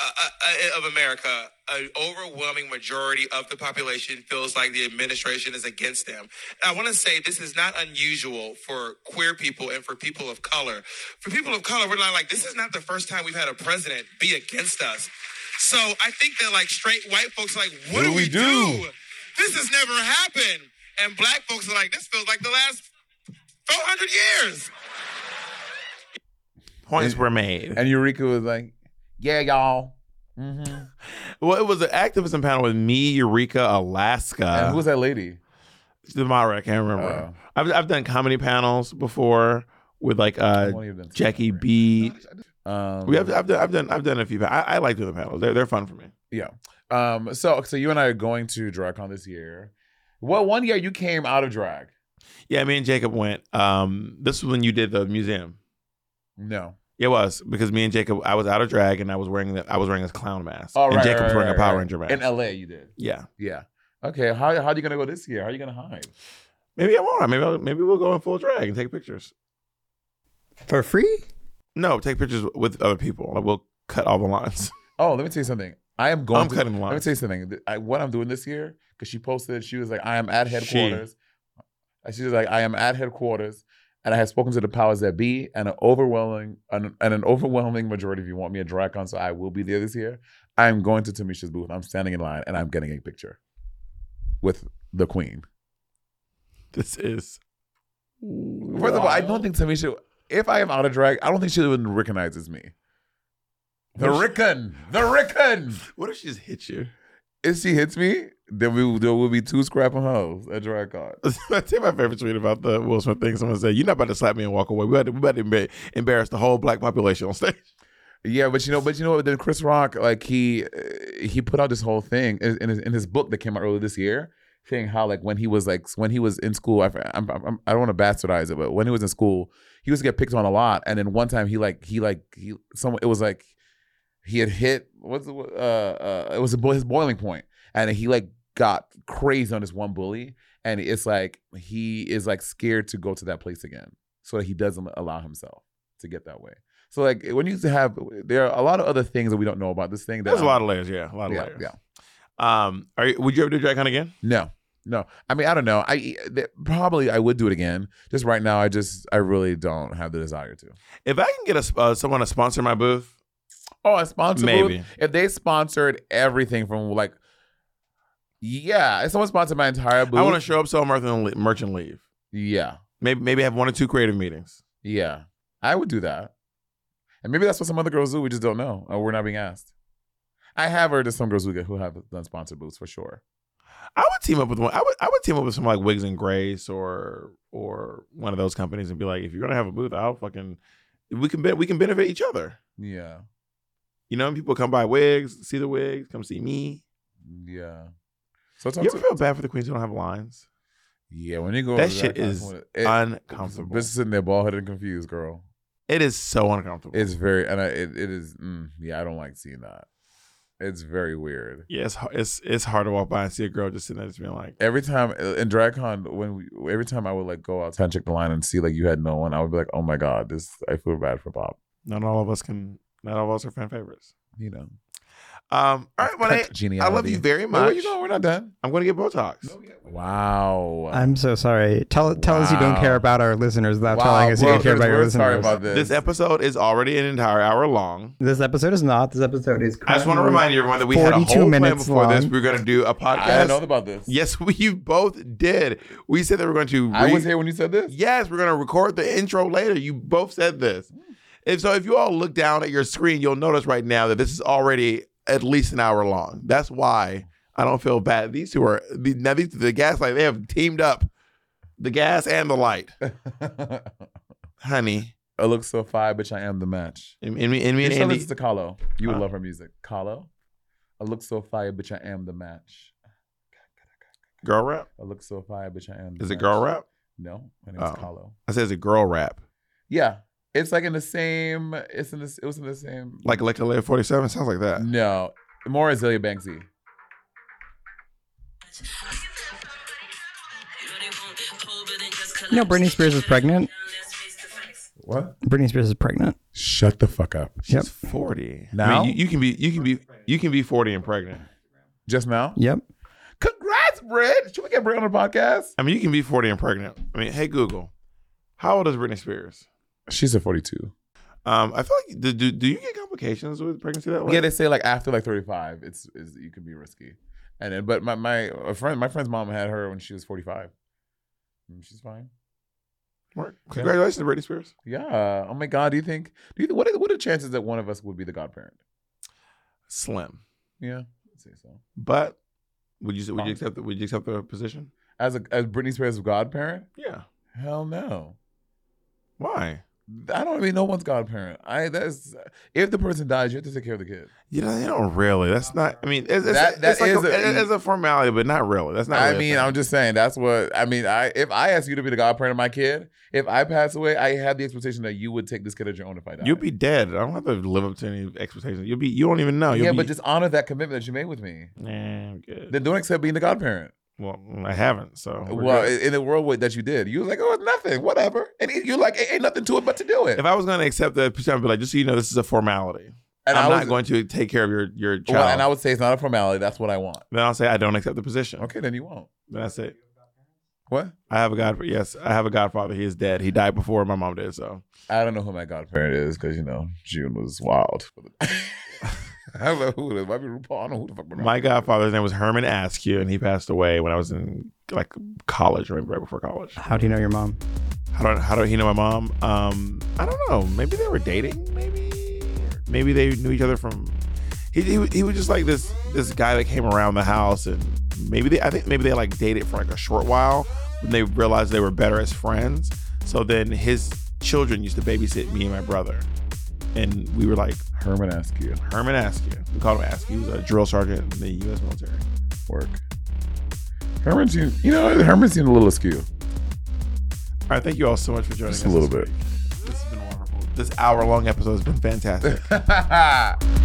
S1: uh, uh, uh, of America, an overwhelming majority of the population feels like the administration is against them. And I want to say this is not unusual for queer people and for people of color. For people of color, we're not like, this is not the first time we've had a president be against us. So I think that like straight white folks are like, what do, we, do? This has never happened. And black folks are like, this feels like the last 400 years.
S5: points were made.
S3: And Eureka was like, "Yeah, y'all."
S5: Well, it was an activism panel with me, Eureka,
S3: and
S5: Alaska.
S3: who was that lady?
S5: the Mara, Uh, I can't remember.
S3: Oh.
S5: I've I've done comedy panels before with like uh
S3: One of them.
S5: Jackie B.
S3: Um,
S5: We have I've done I've done I've done a few. pa- I, I like doing the panels. They're they're fun for me.
S3: Yeah. Um. So, so you and I are going to DragCon this year. Well, one year you came out of drag.
S5: Yeah, me and Jacob went. Um, this was when you did the museum.
S3: No.
S5: It was because me and Jacob. I was out of drag and I was wearing the I was wearing this clown mask.
S3: All Oh, right.
S5: and Jacob
S3: right,
S5: was wearing
S3: right,
S5: a Power
S3: right.
S5: Ranger mask.
S3: In LA, you did.
S5: yeah,
S3: Yeah. Okay. How how are you gonna go this year? How are you gonna hide?
S5: maybe I won't. Maybe I'll, maybe we'll go in full drag and take pictures.
S7: For free?
S5: No, take pictures with other people. Like, We'll cut all the lines.
S3: Oh, let me tell you something. I am going.
S5: I'm
S3: to,
S5: cutting the
S3: Let me
S5: lines.
S3: tell you something. Th- I, what I'm doing this year, because she posted, she was like, I am at
S5: She.
S3: headquarters. And She was like, I am at headquarters, and I have spoken to the powers that be, and an overwhelming an, and an overwhelming majority of you want me at DragCon, so I will be there this year. I am going to Tamisha's booth. I'm standing in line, and I'm getting a picture with the queen.
S5: This is.
S3: First of all, I don't think Tamisha. If I am out of drag, I don't think she even recognizes me. The Rickon, the Rickon.
S5: What if she just hit you?
S3: if she hits me, then we will- there will be two scrapping hoes at DragCon.
S5: I tell you my favorite tweet about the Will Smith thing. Someone said, "You're not about to slap me and walk away. We about to, we about to embar- embarrass the whole black population on stage."
S3: Yeah, but you know, but you know what? Then Chris Rock, like he uh, he put out this whole thing in in his, in his book that came out earlier this year, saying how like when he was like when he was in school, I I'm, I'm, I don't want to bastardize it, but when he was in school, he used to get picked on a lot, and then one time he like he like he someone it was like he had hit what's the, uh, uh it was a, bo- his boiling point, and he like got crazy on this one bully, and it's like he is like scared to go to that place again, so he doesn't allow himself to get that way. So like when you have there are a lot of other things that we don't know about this thing. That
S5: There's a lot of layers. Yeah, a lot of
S3: yeah,
S5: layers.
S3: yeah.
S5: Um, are you, would you ever do DragCon again?
S3: No, no. I mean, I don't know. I th- probably I would do it again. Just right now, I just I really don't have the desire to.
S5: If I can get a, sp- uh, someone to sponsor my booth,
S3: Oh, a sponsor
S5: Maybe.
S3: booth? If they sponsored everything from like, yeah, if someone sponsored my entire booth,
S5: I want to show up, sell merch, and le- merch and leave.
S3: Yeah,
S5: Maybe maybe have one or two creative meetings.
S3: yeah, I would do that. And maybe that's what some other girls do. We just don't know, or we're not being asked. I have heard of some girls who get who have done sponsored booths for sure.
S5: I would team up with one. I would I would team up with some like Wigs and Grace or or one of those companies and be like, if you're gonna have a booth, I'll fucking we can be- we can benefit each other.
S3: Yeah,
S5: You know, and people come buy wigs, see the wigs, come see me.
S3: yeah. So talk
S5: You
S3: to-
S5: ever feel bad for the queens who don't have lines?
S3: Yeah, when you go
S5: That
S3: over
S5: shit
S3: that
S5: is
S3: platform, it-
S5: uncomfortable.
S3: Bitches sitting there bald headed and confused, girl.
S5: It is so uncomfortable.
S3: It's very and I, it, it is. Mm, yeah, I don't like seeing that. It's very weird.
S5: yeah, it's, har- it's it's hard to walk by and see a girl just sitting there just being like,
S3: Every time uh, in DragCon, when we, every time I would like go outside and check the line and see like you had no one, I would be like, oh my god, this I feel bad for Bob.
S5: not all of us can, not all of us are fan favorites.
S3: You know.
S5: Um, all right, well, I, I love you very
S3: Where
S5: much.
S3: you going? We're not done.
S5: I'm going to get Botox.
S3: Wow.
S7: I'm so sorry. Tell tell us you don't
S3: Wow.
S7: care about our listeners without
S3: Wow,
S7: telling us you
S3: bro,
S7: don't care about your
S3: we're
S7: listeners.
S3: sorry about this.
S5: This episode is already an entire hour long.
S7: This episode is not. This episode is.
S5: I just want to remind you, everyone, that we had a
S7: 42
S5: whole plan
S7: minutes
S5: before this.
S7: long.
S5: We are going to do a
S3: I
S5: podcast.
S3: know about this.
S5: yes, we you both did. We said that we're going to.
S3: I
S5: re-
S3: was here when you said this.
S5: Yes, we're gonna record the intro later. You
S3: Mm.
S5: both said this. If so, if you all look down at your screen, you'll notice right now that this is already at least an hour long. That's why I don't feel bad. These two are the, now these the gas light. They have teamed up, the gas and the light, honey.
S3: I look so fine, bitch. I am the match.
S5: And, and me and me
S3: You
S5: and
S3: should
S5: Andy.
S3: listen to Kahlo. You would
S5: Huh?
S3: love her music. Kahlo. I look so fire, bitch. I am the match.
S5: Girl rap?
S3: I look so fire, bitch. I am. The
S5: Is it
S3: match.
S5: girl rap?
S3: No, my name is
S5: Oh.
S3: Kahlo.
S5: I said it's a girl rap.
S3: Yeah, it's like in the same. It's in this. It was in the same.
S5: Like like a live forty seven sounds like that.
S3: no, more Azealia Banksy.
S7: No, Britney Spears is pregnant.
S3: What?
S7: Britney Spears is pregnant.
S3: Shut the fuck up.
S5: She's
S7: Yep.
S5: forty.
S3: Now?
S5: you, you can be you can be you can be forty and pregnant.
S3: Just now?
S7: Yep.
S3: Congrats, Brit. Should we get Brit on the podcast?
S5: I mean, you can be forty and pregnant. I mean, hey Google, how old is Britney Spears?
S3: She's a 42.
S5: Um, I feel like do, do, do you get complications with pregnancy that way?
S3: Yeah, they say like after like 35, it's, it's you can be risky. And then, but my my a friend my friend's mom had her when she was 45. Mm, She's fine.
S5: Mark, Congratulations, Britney Spears.
S3: Yeah. Oh my God. Do you think? Do you think, what are the, what are the chances that one of us would be the godparent?
S5: Slim,
S3: Yeah, I'd say so.
S5: but would you would you accept the, would you accept the position?
S3: As a as Britney Spears' godparent?
S5: Yeah.
S3: Hell no.
S5: Why?
S3: I don't even know one's godparent. I that's if the person dies, you have to take care of the kid.
S5: You know, they don't really. That's not. I mean, it's, it's,
S3: That- that
S5: it's like
S3: is
S5: a,
S3: a-
S5: it- it's a formality, but not really. That's not.
S3: I
S5: really a
S3: mean,
S5: thing.
S3: I'm just saying that's what I mean. I if I ask you to be the godparent of my kid, if I pass away, I have the expectation that you would take this kid as your own if I die.
S5: You'll be dead. I don't have to live up to any expectations. You'll be. You don't even know. You'll
S3: yeah,
S5: be,
S3: but just honor that commitment that you made with me.
S5: Nah, I'm good.
S3: Then don't accept being the godparent.
S5: Well, I haven't. So Oh, we're
S3: well,
S5: good.
S3: in in the world way that you did, you was like, oh, it's nothing, whatever, and you're like, ain't ain't nothing to it but to do it.
S5: if I was going to accept that, I'd be like, just so you know, this is a formality.
S3: and
S5: I'm
S3: I
S5: not
S3: was-
S5: going to take care of your your child.
S3: well, and I would say it's not a formality. That's what I want.
S5: then I'll say I don't accept the position.
S3: Okay, then you won't.
S5: Then I say
S3: What?
S5: I have a god. Yes, I have a godfather. He is dead. He died before my mom did. So
S3: I don't know who my godparent is because you know June was wild. I don't know who it is. Might be RuPaul. I don't know who the fuck
S5: my godfather's name was Herman Askew, and he passed away when I was in like college, maybe right before college.
S7: How do you know your mom?
S5: How do how do he know my mom? Um, I don't know. Maybe they were dating. Maybe maybe they knew each other from. He, he, was- he was just like this this guy that came around the house, and maybe they I think maybe they like dated for like a short while when they realized they were better as friends. So then his children used to babysit me and my brother, and we were like
S3: Herman Askew.
S5: Herman Askew. We called him Askew. He was a drill sergeant in the U.S. military.
S3: Work. Herman seemed, you know, Herman seemed a little askew.
S5: All right, thank you all so much for joining
S3: Just
S5: us.
S3: a little bit.
S5: this week. This has been wonderful. This hour long episode has been fantastic.
S3: Bye.